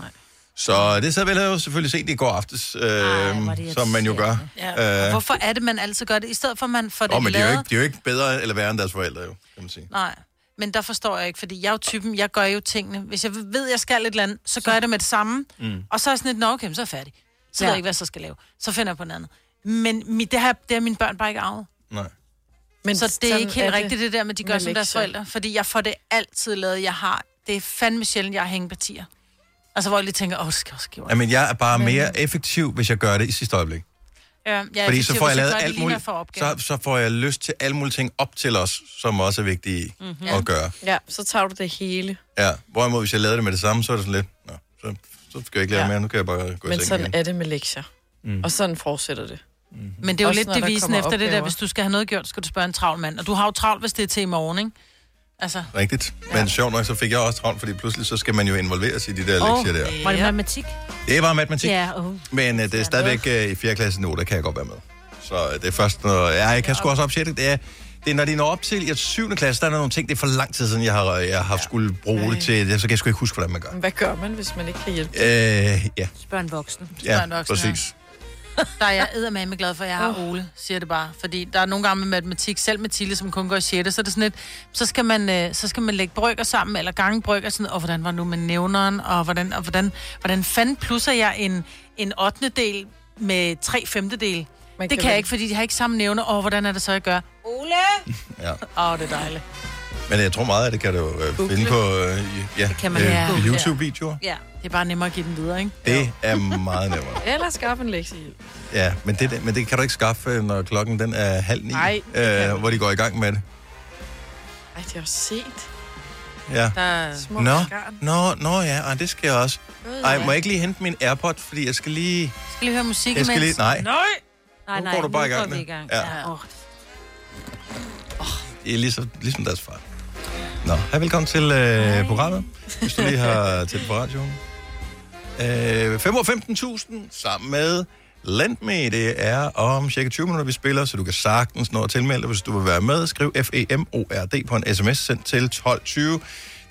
Så det sad vel jo selvfølgelig set i går aftes, øh, Ej, som man jo gør. Ja. Og Øh, hvorfor er det, man altid gør det, i stedet for, at man får det Åh, men de er, jo lavet? ikke, de er jo ikke bedre eller værre end deres forældre, jo, kan man sige. Nej, men der forstår jeg ikke, fordi jeg er jo typen, jeg gør jo tingene. Hvis jeg ved, jeg skal et eller andet, så gør jeg det med det samme. Mm. Og så er jeg sådan lidt, nå okay, men så er jeg færdig. Så ja. ved Ja. jeg ikke, hvad jeg så skal lave. Så finder jeg på noget andet. Men mit, det, her, det har mine børn bare ikke arvet. Nej. Men så det er sådan ikke helt er det rigtigt, det der med, de gør med som deres lektier. forældre. Fordi jeg får det altid lavet, jeg har. Det er fandme sjældent, jeg har hængepartier. Altså, hvor jeg lige tænker, åh, det skal jeg også give. Jamen, jeg er bare mere effektiv, hvis jeg gør det i sidste øjeblik. Ja, Ja, Fordi så får jeg lavet alt muligt. Så, så får jeg lyst til alle mulige ting op til os, som også er vigtige mm-hmm. at gøre. Mhm. Ja, så tager du det hele. Ja. Hvorimod, hvis jeg lavede det med det samme, så er det sådan lidt, nå, så, så skal jeg ikke lave Ja. mere, nu kan jeg bare gå Men i seng sådan igen. Mhm. er det med lektier. Mm. Og sådan fortsætter det. Mm. Men det er jo lidt devisen efter det der, hvis du skal have noget gjort, skal du spørge en travl mand. Og du har jo travlt, hvis det er til i morgen, ikke? Altså, Rigtigt. Men sjovt nok, så fik jeg også travlt, fordi pludselig så skal man jo involveres i de der Åh, lektier der. Var det matematik? Det er bare matematik. Ja, åh. Men øh, det er stadigvæk øh, i 4. klasse nu, der kan jeg godt være med. Så øh, det er først, når... Ja, jeg kan sgu også op 6. Det er, det er, når de når op til i 7. klasse, der er der nogle ting, det er for lang tid siden, jeg har, jeg har skulle bruge det til. Så kan jeg sgu ikke huske, hvordan man gør. Hvad gør man, hvis man ikke kan hjælpe? Øh, ja, Spørg en voksen. ja præcis. Der er jeg eddermame glad for, at jeg har Ole, siger det bare. Fordi der er nogle gange med matematik, selv med Tilde, som kun går i 6. Så er det sådan lidt, så skal man, øh, så skal man lægge brygger sammen, eller gange brygger, sådan, og hvordan var det nu med nævneren, og hvordan, og hvordan, hvordan fanden plusser jeg en, en 8. del med tre femtedel? Man kan Det kan, kan vel- jeg ikke, fordi de har ikke samme nævner. Og hvordan er det så, jeg gør? Ole! Ja. Åh, oh, det er dejligt. Men jeg tror meget af det kan du øh, finde på øh, i- ja, Kan man øh, ja. YouTube-videoer. Ja. Det er bare nemmere at give den videre, ikke? Det er meget nemmere. Eller skaffe en lektiehjælp. Ja, men det, men det kan du ikke skaffe, øh, når klokken den er halv ni, Nej, det kan øh, hvor de går i gang med det. Ej, det er også set. Ja. Der er små Nå, garn. nå, nå ja, ej, det skal jeg også. Gud, Ej, ja. må jeg ikke lige hente min Airpod, fordi jeg skal lige... Skal lige høre musik Jeg skal imens? lige- nej. Nej! Nej, Nu nej, går du bare nu i gang går vi nu. i gang. Ja. ja. Oh, Det er ligesom, ligesom deres far. Nå, hej, velkommen til øh, programmet, hvis du lige har tændt på radioen. Øh, 5.15.000 sammen med Lend Me. Det er om cirka 20 minutter, vi spiller, så du kan sagtens nå at tilmelde dig, hvis du vil være med. Skriv E FEMORD på en sms sendt til 12.20. Det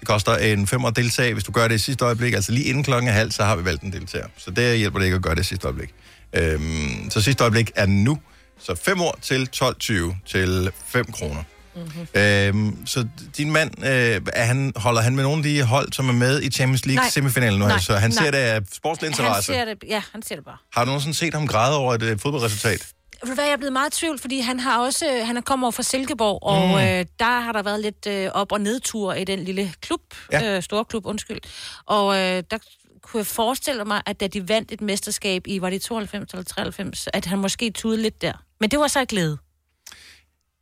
koster en femmer at deltage. Hvis du gør det i sidste øjeblik, altså lige inden klokken er halv, så har vi valgt en deltager. Så det hjælper det ikke at gøre det i sidste øjeblik. Øhm, så sidste øjeblik er nu. Så 5 år til 12.20 til 5 kroner. Mhm. Øhm, så din mand, øh, er han, holder han med nogle af de hold, som er med i Champions League Nej. semifinalen nu? Nej. Så han Nej. ser det af sportslig Han interesse. ser det, ja, han ser det bare. Har du nogensinde set ham græde over et øh, fodboldresultat? Ved du hvad, jeg er blevet meget i tvivl, fordi han har også, øh, han er kommet over fra Silkeborg, og Mm. øh, der har der været lidt øh, op- og nedtur i den lille klub, Ja. ja. øh, store klub, undskyld. Og øh, der kunne jeg forestille mig, at da de vandt et mesterskab i, var det i 92 eller 93, at han måske tudede lidt der. Men det var så af glæde.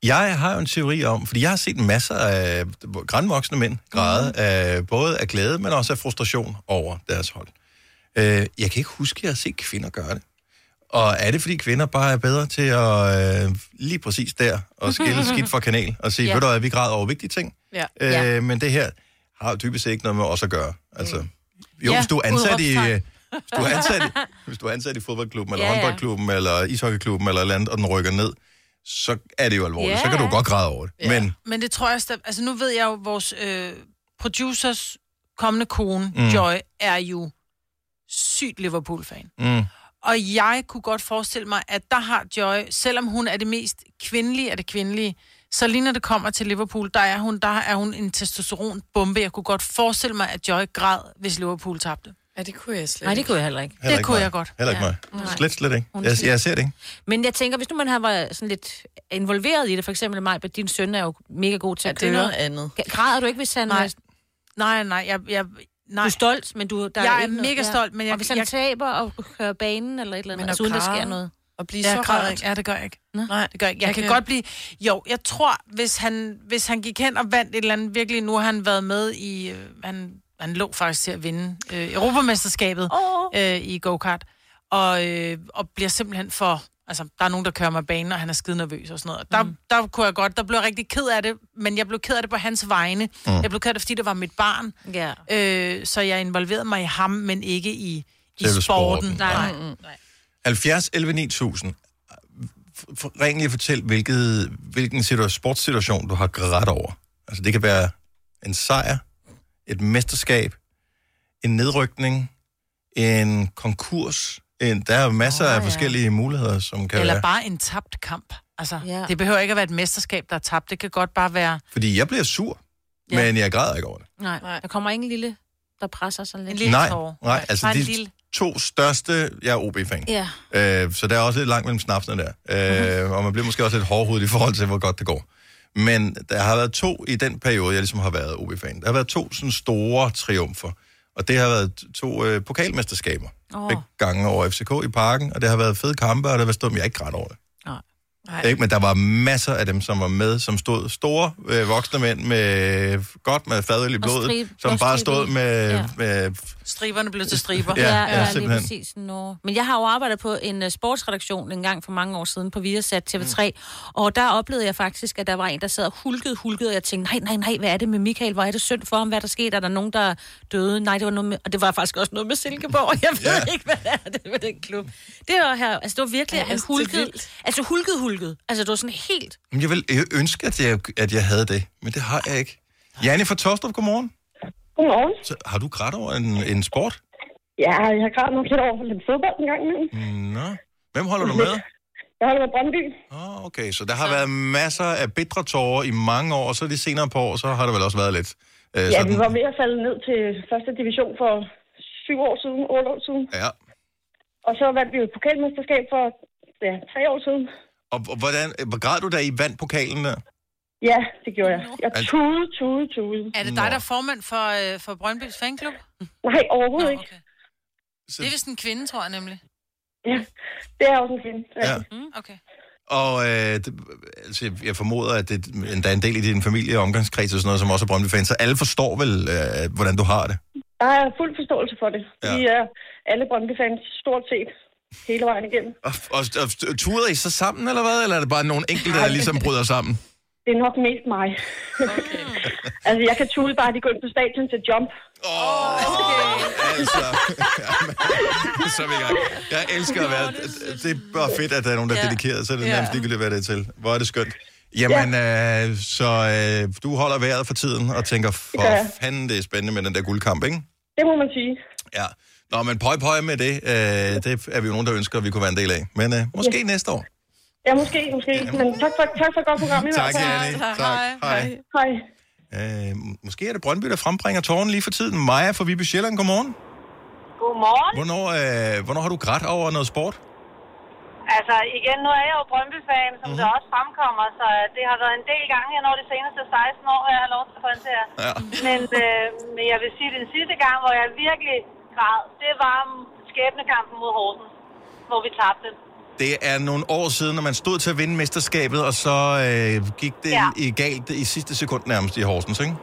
Jeg har jo en teori om, fordi jeg har set masser af øh, grandvoksne mænd græde, Mhm. mm. af, både af glæde, men også af frustration over deres hold. Øh, jeg kan ikke huske, at jeg har set kvinder gøre det. Og er det, fordi kvinder bare er bedre til at øh, lige præcis der og skille skidt fra kanal og sige, Ja. ja. ved du hvad, vi græder over vigtige ting, Ja. Øh, Men det her har jo dybest set ikke noget med os at gøre. Altså, jo, Mm. Ja, hvis du er ansat i... udråbstegn. øh, Hvis du, er ansat, i- hvis du er ansat i fodboldklubben, eller Ja, ja, ja. håndboldklubben, eller ishockeyklubben, eller et eller andet, og den rykker ned, så er det jo alvorligt. Så Ja. kan du godt græde over det. Men Men det tror jeg stadig... Altså, nu ved jeg jo, vores øh, producers kommende kone, Mm. mm. Joy, er jo sygt Liverpool-fan. mm, Og jeg kunne godt forestille mig, at der har Joy, selvom hun er det mest kvindelige af det kvindelige, så lige når det kommer til Liverpool, der er hun, der er hun en testosteronbombe. Jeg kunne godt forestille mig, at Joy græd, hvis Liverpool tabte. Ja, det kunne jeg slet Nej, det kunne jeg heller ikke. heller det ikke kunne mig. jeg godt. Heller ikke ja. mig. Nej. Slet, slet ikke. Jeg, jeg ser det ikke. Men jeg tænker, hvis nu man har været sådan lidt involveret i det, for eksempel mig, men din søn er jo mega god til at det er køre. noget andet. Græder du ikke, hvis han... Nej. Nej, nej, jeg, jeg, nej. Du er stolt, men du... Der Jeg er ikke noget- mega stolt, men jeg- Og hvis han jeg- taber og kører banen eller et eller andet, Men altså at uden der græde sker noget. Og blive jeg græder ikke. Ja, det gør jeg ikke. Nej, det gør jeg ikke. Jeg, Jeg kan, kan- godt blive... Jo, jeg tror, hvis han, hvis han gik hen og vandt et eller andet, virkelig nu har han været med i... øh, Han, Han lå faktisk til at vinde øh, Europamesterskabet oh. øh, i go-kart. Og, øh, og bliver simpelthen for... Altså, der er nogen, der kører mig banen, og han er skide nervøs og sådan noget. Og Der, mm. der kunne jeg godt... Der blev jeg rigtig ked af det, men jeg blev ked af det på hans vegne. Mm. Mm. Jeg blev ked af det, fordi det var mit barn. Ja. Øh, så jeg involverede mig i ham, men ikke i, i Selve sporten. sporten, Nej. nej. Mm, Nej. 70 11 9000. F- f- Ring lige og fortæl, hvilket, hvilken situa- sportssituation du har grædt over. Altså det kan være en sejr, et mesterskab, en nedrykning, en konkurs. En, der er masser oh, af forskellige muligheder, som kan Eller være. bare en tabt kamp. Altså, ja. det behøver ikke at være et mesterskab, der er tabt. Det kan godt bare være... Fordi jeg bliver sur, ja. men jeg græder ikke over det. Nej, Nej. der kommer ingen lille, der presser sådan lidt. En nej, nej, altså de to største, jeg er OB-fan. Ja. Øh, så der er også lidt langt mellem snapsene der. Øh, og man bliver måske også lidt hårdhudet i forhold til, hvor godt det går. Men der har været to i den periode, jeg ligesom har været OB-fan. Der har været to sådan store triumfer. Og det har været to øh, pokalmesterskaber. Åh. Oh. Begge gange over FCK i parken. Og det har været fede kampe, og det har været stort, men jeg har ikke grædt over det. Ikke? Men der var masser af dem, som var med, som stod store øh, voksne mænd med godt med fadøl i blodet, strib- som ja, bare stribet. stod med, Ja. ja. med Striberne blev til striber. Ja, ja, Ja, ja, lige Lige simpelthen. præcis. No. Men jeg har jo arbejdet på en uh, sportsredaktion en gang for mange år siden på Viasat TV3, mm. og der oplevede jeg faktisk, at der var en, der sad og hulkede, hulkede, og jeg tænkte, nej, nej, nej, hvad er det med Michael? Hvor er det synd for ham? Hvad er der sket? Er der nogen, der døde? Nej, det var noget med, og det var faktisk også noget med Silkeborg. Jeg ved Ja. yeah. ikke, hvad det er det med den klub. Det var her, altså det var virkelig, Ja, ja, han altså, det er hulkede, vildt. altså hulkede, hulkede. Altså det var sådan helt, Men Jeg vil jeg ønske, at jeg, at jeg havde det, men det har jeg ikke. Janne fra Torstrup, godmorgen. Godmorgen. Så, har du grædt over en, en sport? Ja, jeg har gravet nok lidt over lidt fodbold en gang imellem. Nå. Hvem holder du med? Jeg holder med Brøndby. Åh, Okay, så der har været masser af bitre tårer i mange år, og så de senere på år, så har der vel også været lidt. Øh, Ja, vi var ved at falde ned til første division for syv år siden, otte år siden. ja. Og så vandt vi jo et pokalmesterskab for ja, tre år siden. Og, og hvordan, hvor græd du, da I vandt pokalen der? Ja, det gjorde jeg. Jeg Altså- tude, tude, tude. Er det dig, der er formand for, øh, for Brøndbys fanklub? Nej, overhovedet ikke. Det er vist en kvinde, tror jeg nemlig. Ja, det er også en film. Ja. Mm, okay. Og øh, det, altså, jeg formoder, at det, der er en del i din familie og omgangskreds og sådan noget, som også er Brøndby-fans, så alle forstår vel, øh, hvordan du har det. Der er fuld forståelse for det. Ja. Vi er alle Brøndby-fans stort set hele vejen igennem. Og, og, og tuder I så sammen, eller hvad? Eller er det bare nogle enkelte, der ligesom bryder sammen? Det er nok mest mig. Okay. altså, jeg kan tude bare, at de går ind på stadion til jump. Altså, jamen, så er vi i gang. Jeg elsker at være... Det er bare fedt, at der er nogen, der er Ja. dedikeret, så er det Ja. nærmest ligegyldigt, hvad det er til. Hvor er det skønt. Jamen, øh, så øh, du holder vejret for tiden og tænker, gør for jeg. fanden, det er spændende med den der guldkamp, ikke? Det må man sige. Ja. Nå, men pøj pøj med det. Øh, det er vi jo nogen, der ønsker, at vi kunne være en del af. Men øh, måske Ja. næste år. Ja, måske, måske. Men tak for, tak for et godt program. i Tak, hvert fald. Janni. Tak. Hej. Hej. Hej. Øh, måske er det Brøndby, der frembringer tårnen lige for tiden. Maja fra Vibe Sjælland, godmorgen. Godmorgen. Hvornår, øh, hvornår har du grædt over noget sport? Altså igen, nu er jeg jo Brøndby-fan, som mm-hmm. det også fremkommer, så det har været en del gange her over de seneste 16 år, jeg har lov til at pointere. Ja. Men, øh, men jeg vil sige, den sidste gang, hvor jeg virkelig græd, det var skæbnekampen mod Horsens, hvor vi tabte. Det er nogle år siden, når man stod til at vinde mesterskabet, og så øh, gik det Ja. ja. i galt i sidste sekund nærmest i Horsens, ikke?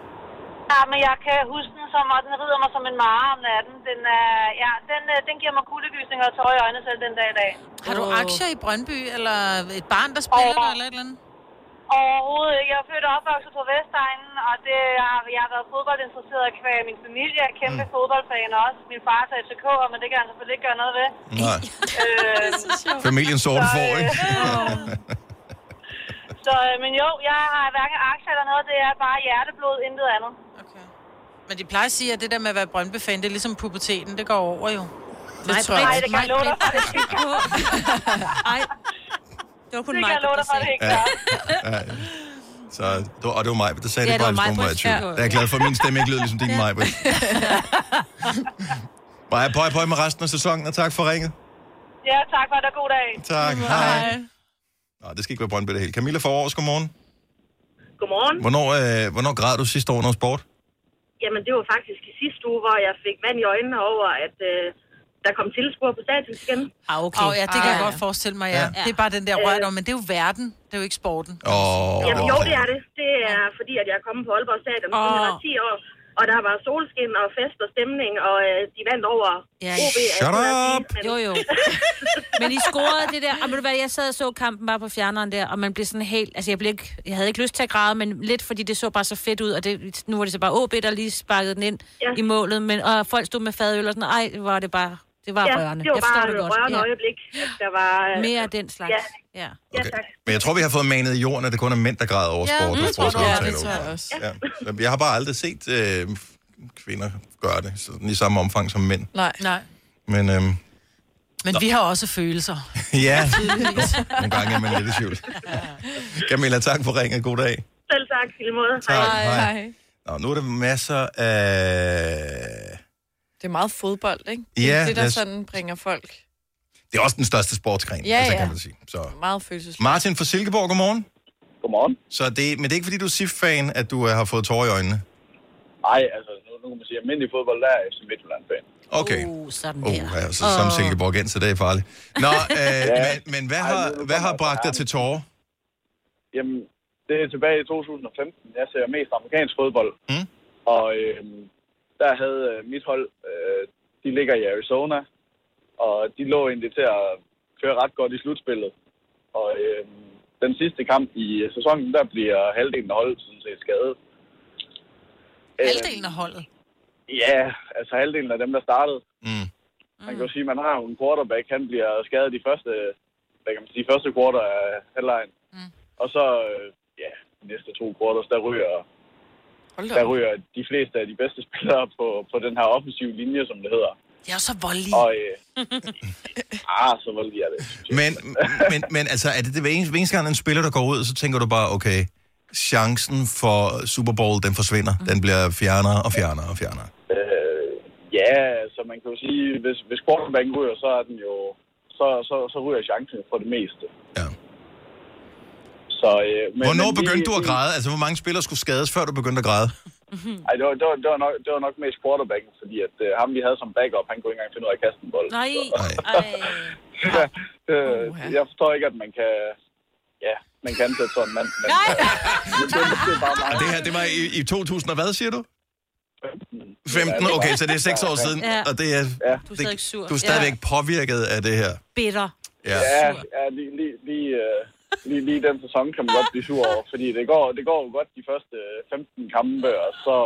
Ja, men jeg kan huske den som, og den rider mig som en mare om natten. Den, er, ja, den, øh, den giver mig kuldegysninger og tårer i øjnene selv den dag i dag. Har du aktier i Brøndby, eller et barn, der spiller oh. eller et eller andet? Overhovedet ikke. Jeg er født og opvokset på Vestegnen, og det har, jeg har været fodboldinteresseret kvæg min familie. Jeg er kæmpe mm. fodboldfan også. Min far er FCK, men det kan han selvfølgelig ikke gøre noget ved. Nej. øh, Familien sorte så, får, ikke? øh, så, øh, men jo, jeg har hverken aktier eller noget. Det er bare hjerteblod, intet andet. Men de plejer at sige, at det der med at være Brøndby-fan, det er ligesom puberteten. Det går over jo. Nej, nej, det kan jeg love dig for, det skal ikke gå. Ej, det var kun det mig, kan jeg love der dig for, det ikke gør. Ja. Så, det var- og det var mig, der sagde Ja, det, det var bare, hvis nogen mig, var i Britt. Ja. tvivl. Jeg er glad for, at min stemme ikke lyder ligesom din, ja. Maja. Maja, pøj pøj med resten af sæsonen, og tak for ringet. Ja, tak for det. God dag. Tak, hej. Nå, det skal ikke være Brøndby det hele. Camilla Forårs, godmorgen. Godmorgen. Hvornår, øh, hvornår græd du sidste år noget sport? Jamen, det var faktisk i sidste uge, hvor jeg fik vand i øjnene over, at øh, der kom tilskuere på stadion igen. Ah, okay. oh, ja, det kan Ah, jeg ja. godt forestille mig, ja. Ja. ja. Det er bare den der rørt om, men det er jo verden. Det er jo ikke sporten. Åh, Jamen, jo, det er det. Det er fordi, at jeg er kommet på Aalborg Stadion, som Åh. jeg var 10 år. Og der var solskin og fest og stemning, og øh, de vandt over Ja. OB. Shut up! Jo, jo. Men I scorede det der, og ved du hvad, jeg sad og så kampen bare på fjerneren der, og man blev sådan helt, altså jeg, blev ikke, jeg havde ikke lyst til at græde, men lidt fordi det så bare så fedt ud, og det, nu var det så bare OB, der lige sparkede den ind Ja. ja. i målet, men, og folk stod med fadøl og sådan, ej, hvor var det bare, det var ja, rørende. det var jeg forstår bare det godt. rørende øjeblik. at Der var, øh, Mere af den slags. Ja, ja. ja tak. Men jeg tror, vi har fået manet i jorden, at det kun er mænd, der græder over Ja, sport. mm, og tror du. sportskommentatorer. Ja, det tror jeg også. Ja. Så Jeg har bare aldrig set øh, kvinder gøre det sådan i samme omfang som mænd. Nej. Nej. Men øhm, Men Nå. vi har også følelser. ja, Tydeligvis. nogle gange er man lidt i tvivl. Camilla, tak for ringet. God dag. Selv tak, i lige måde. Tak, hej. Nå, nu er der masser af... Det er meget fodbold, ikke? Ja, det, er det, lad der os- sådan bringer folk Det er også den største sportsgren, Ja, altså, ja. kan man sige. Så. meget følelsesløst. Martin fra Silkeborg, godmorgen. Godmorgen. Så det, men det er ikke, fordi du er SIF-fan, at du øh, har fået tårer i øjnene? Nej, altså, nu, nu kan man sige, at almindelig fodbold, der er jeg som Midtjylland-fan. Okay. Uh, sådan Oh, ja, så som Åh. Silkeborg igen, så det er farligt. Nå, øh, Ja. ja. men, men hvad, har, hvad har bragt dig til tårer? Jamen, det er tilbage i 2015. Jeg ser mest amerikansk fodbold. Mm. Og øh, der havde øh, mit hold, øh, de ligger i Arizona, og de lå egentlig til at køre ret godt i slutspillet. Og øh, den sidste kamp i sæsonen, der bliver halvdelen af holdet sådan set skadet. Halvdelen af holdet. Ja, altså halvdelen af dem, der startede. Mm. Man kan jo sige, at man har jo en quarterback, han bliver skadet i første, hvad kan man sige, første quarter af halvlejen. Mm. Og så, øh, ja, de næste to quarters, der ryger, der ryger de fleste af de bedste spillere på, på den her offensive linje, som det hedder. Jeg er så voldelig. Og, øh, ah, så voldelig er det. Men, men, men altså, er det det hver eneste, hver eneste gang, en spiller, der går ud, så tænker du bare, okay, chancen for Super Bowl, den forsvinder. Den bliver fjernere og fjernere og fjernere. Øh, ja, så man kan jo sige, hvis, hvis quarterbacken ryger, så er den jo, så, så, så ryger chancen for det meste. Ja. Så, øh, Men, Hvornår men lige- begyndte du at græde? Altså, hvor mange spillere skulle skades, før du begyndte at græde? Ej, det var, det, var, det, var nok, det var nok mest quarterbacken, fordi at, øh, ham, vi havde som backup, han kunne ikke engang finde ud af at kaste en bold. Nej, Ja, øh, jeg forstår ikke, at man kan... Ja, man kan ansætte sådan en mand. Men, Nej! det er bare mig. Og det her, det var i, i 2000, og hvad siger du? 15, okay, så det er 6 år siden, Ja. og det er, Du er stadig det, sur. du er stadigvæk Ja. påvirket af det her. Bitter. Ja. Ja, ja lige, lige, lige, øh, lige, lige den sæson kan man godt blive sur over, fordi det går, det går jo godt de første øh, 15 kampe, og så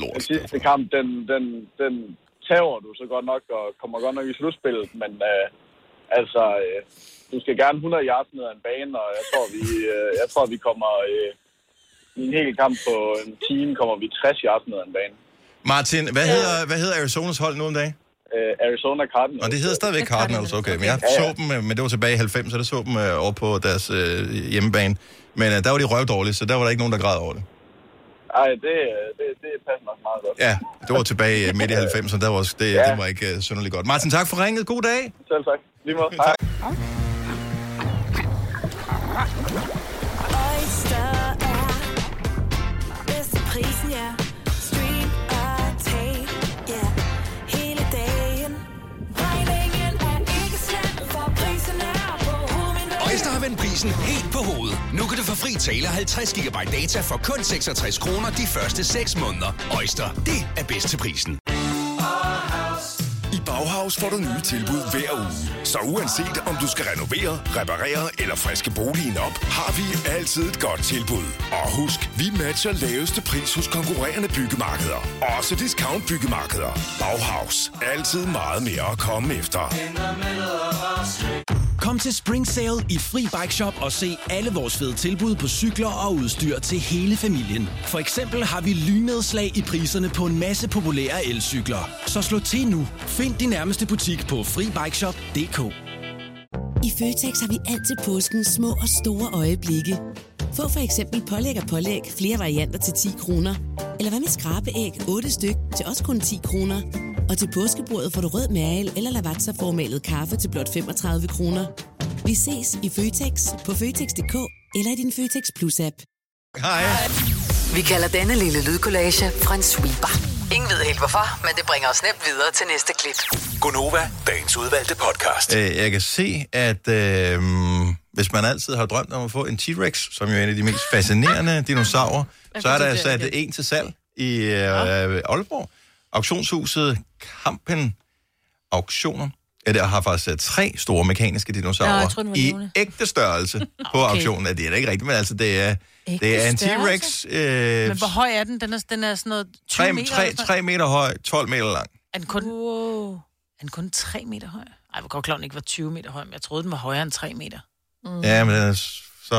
Lort, den sidste kamp, den, den, den tager du så godt nok, og kommer godt nok i slutspillet, men øh, altså, øh, du skal gerne 100 yards ned ad en bane, og jeg tror, vi, øh, jeg tror, vi kommer øh, i en hel kamp på en time, kommer vi 60 yards ned ad en bane. Martin, hvad hedder, hvad hedder Arizonas hold nu om dagen? Øh, Arizona Cardinals. Og det hedder stadigvæk Cardinals, okay. Men jeg Ja, ja. så dem, øh, men det var tilbage i 90, så der så dem øh, over på deres øh, hjemmebane. Men øh, der var de røvdårlige, så der var der ikke nogen, der græd over det. Ej, det, øh, det, det passer nok meget godt. Ja, det var tilbage øh, midt i 90, så der var også, det, Ja. ja. det var ikke øh, synderligt godt. Martin, tak for ringet. God dag. Selv tak. Lige måde. Hej. Oyster er bedst til prisen, ja. Stream og tag, ja. Hele dagen. Regningen er ikke slem, for prisen er på hovedet. Øjster har vendt prisen helt på hovedet. Nu kan du få fri tale 50 GB data for kun 66 kroner de første 6 måneder. Øjster, det er bedst til prisen. I Bauhaus får du nye tilbud hver uge. Så uanset om du skal renovere, reparere eller friske boligen op, har vi altid et godt tilbud. Og husk, vi matcher laveste pris hos konkurrerende byggemarkeder. Også discount byggemarkeder. Bauhaus. Altid meget mere at komme efter. Kom til Spring Sale i Fri Bike Shop og se alle vores fede tilbud på cykler og udstyr til hele familien. For eksempel har vi lynedslag i priserne på en masse populære elcykler. Så slå til nu. Find din nærmeste butik på FriBikeShop.dk I Føtex har vi altid påskens små og store øjeblikke. Få for eksempel pålæg og pålæg flere varianter til 10 kroner. Eller hvad med skrabeæg 8 styk til også kun 10 kroner. Og til påskebordet får du rød mal eller lavatserformalet kaffe til blot 35 kroner. Vi ses i Føtex på Føtex.dk eller i din Føtex Plus-app. Hej. Vi kalder denne lille lydkollage en sweeper. Ingen ved helt hvorfor, men det bringer os nemt videre til næste klip. Gunova, dagens udvalgte podcast. Øh, jeg kan se, at øh, hvis man altid har drømt om at få en T-Rex, som jo er en af de mest fascinerende dinosaurer, så er der altså sat en til salg i øh, Aalborg. Auktionshuset Kampen Auktioner. Ja, der har faktisk øh, tre store mekaniske Nå, dinosaurer jeg troede, den var i levende. ægte størrelse på Okay. auktionen. Ja, det er da ikke rigtigt, men altså, det er, Ægte det er en T-Rex. størrelse? Øh, Men hvor høj er den? Den er, den er sådan noget 20 3, meter? 3, eller Mm. sådan 3 meter høj, 12 meter lang. noget? Er den kun, wow. er den kun 3 meter høj? Ej, hvor godt klar, den ikke var 20 meter høj, men jeg troede, den var højere end 3 meter. Mm. Ja, men den er s- så...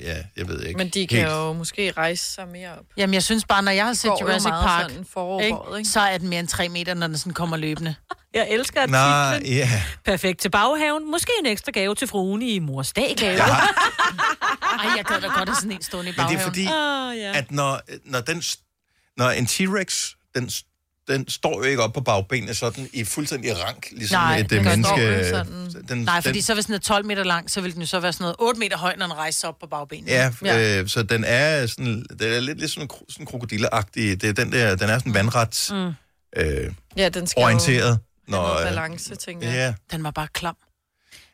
Ja, jeg ved ikke. Men de kan helt. jo måske rejse sig mere op. Jamen, jeg synes bare, når jeg har set går jo Jurassic meget Park, sådan forår- foråret, så er den mere end 3 meter, når den sådan kommer løbende. Jeg elsker Nå, artiklen. ja. Perfekt til baghaven. Måske en ekstra gave til fruen i mors daggave. Ja. Ej, jeg gad da godt have sådan en stående i Men det baghaven. er fordi, oh, ja. at når, når, den, st- når en T-Rex, den, st- den står jo ikke op på bagbenene sådan i fuldstændig rank, ligesom Nej, et den øh, står menneske... jo Sådan. Den, Nej, fordi den, så hvis den er 12 meter lang, så vil den jo så være sådan noget 8 meter høj, når den rejser sig op på bagbenene. Ja, ja. Øh, så den er, sådan, den er lidt, lidt sådan, kro- sådan krokodilleagtig. Det er den, der, den er sådan vandret Mm. øh, Ja, den skal orienteret. jo have Når, noget øh, balance, tænker ja. jeg. Den var bare klam.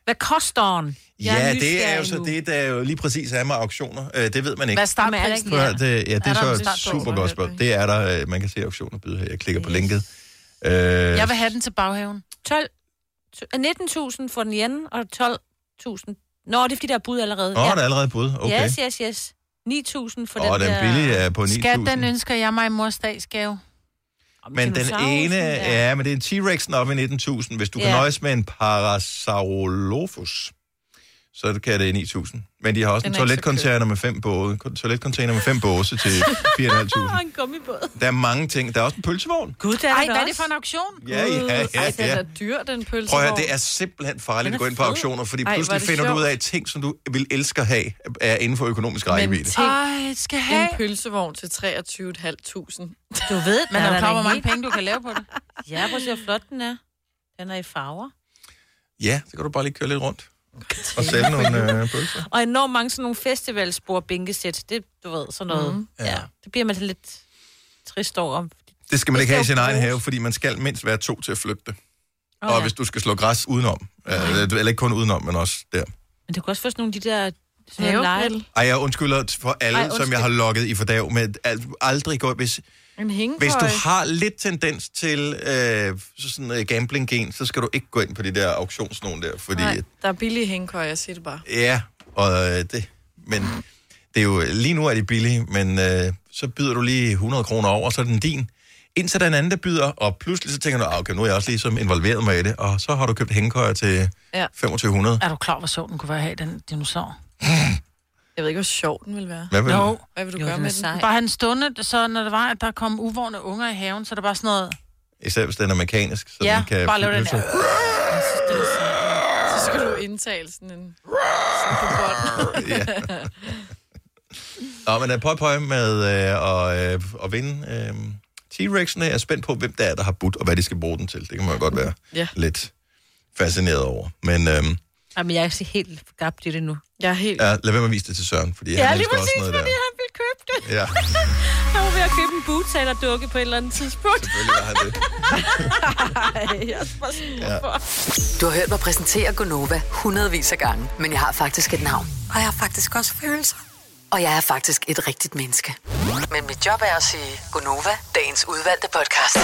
Hvad koster den? ja, det er jo så det, der jo lige præcis er med auktioner. Øh, det ved man ikke. Hvad starter Jamen, er der prisen? ikke- Prøv at høre, det, ja, Er det der er, en så et startpris? super godt spørgsmål. Det er der. øh, Man kan se auktioner byde her. Jeg klikker på linket. Øh, Jeg vil have den til baghaven. 12, t- 19.000 for den ene, og 12.000. Nå, det er fordi, der er bud allerede. Åh, der er allerede bud. Okay. Yes, yes, yes. 9.000 for Åh, den, den der... billige er på Skat, 9.000. den ønsker jeg mig i mors dagsgave. Men den Dinosaurusen, ene, ja. ja, men det er en T-Rex'en oppe i 19.000. Hvis du kan Ja. nøjes med en Parasaurolophus, så kan det 9.000. Men de har også Den en er ikke så toiletcontainer med fem båse, toiletcontainer med fem båse til 4.500. Og en gummibåd. Der er mange ting. Der er også en pølsevogn. Gud, der er Ej, den hvad er det også. for en auktion? Ja, ja, ja, Ej, den ja. er dyr, den pølsevogn. Prøv at høre, det er simpelthen Den farligt er at gå ind på fed. auktioner, Ej, fordi hvor er pludselig det finder du ud sjovt. af ting, som du vil elske at have, er inden for økonomisk rækkevidde. Ej, skal have... En pølsevogn til 23.500. Du ved, Man er jo klar, over, hvor mange penge du kan lave på det. Ja, prøv at se, hvor flot den er. Den er i farver. Ja, så kan du bare lige køre lidt rundt og sælge nogle øh, pølser. Og enormt mange sådan nogle festivalspor bænkesæt. Det, du ved, sådan noget. Mm. Ja. Det bliver man lidt trist over. Åh, Det skal man ikke have i skal sin jo egen bruges. have, fordi man skal mindst være to til at flygte. Oh, Og ja. hvis du skal slå græs udenom. Øh, eller ikke kun udenom, men også der. Men du kan også få sådan nogle af de der... Sådan noget Havepille. lege- Ej, jeg undskylder t- for alle, Ej, Ej, som undskyld. jeg har lukket i fordav med at aldrig gå... Hvis, En hængekøj. hvis du har lidt tendens til øh, så sådan øh, gambling-gen, så skal du ikke gå ind på de der auktionsnogen der, fordi... Nej, der er billige hængekøj, jeg siger det bare. Ja, og øh, det... Men det er jo... Lige nu er de billige, men øh, så byder du lige 100 kroner over, så er den din. Indtil den anden, der byder, og pludselig så tænker du, "Ah, okay, nu er jeg også ligesom involveret mig i det, og så har du købt hængekøjer til Ja. 2500. Er du klar, hvor sjov den kunne være at have, den dinosaur? Jeg ved ikke, hvor sjov den vil være. Hvad vil- Jo. Hvad vil du Jo, gøre den med er sej. den? Bare have den stående, så når det var, at der kom uvorne unger i haven, så er der bare sådan noget... Især hvis den er mekanisk, så Ja, den kan... bare lav den flytte der. sig. Så skal du indtale sådan en... Sådan på bånd. Ja. Nå, men er pøj pøj med øh, og, øh, at vinde øh, T-Rex'ene. Jeg er spændt på, hvem der er, der har budt, og hvad de skal bruge den til. Det kan man jo godt være Ja. lidt fascineret over. Men øh, Jamen, jeg er så helt gabt i det nu. Jeg er helt... ja, lad være med at vise det til Søren, fordi Ja, han lige elsker også præcis, noget fordi der. han ville købe det. Ja, Han var ved at købe en bootaler-dukke på et eller andet tidspunkt. selvfølgelig har han det. Ej, jeg er bare sådan, Ja. hvorfor? Du har hørt mig præsentere Gonova hundredvis af gange, men jeg har faktisk et navn. Og jeg har faktisk også følelser. Og jeg er faktisk et rigtigt menneske. Men mit job er at sige Gonova, dagens udvalgte podcast.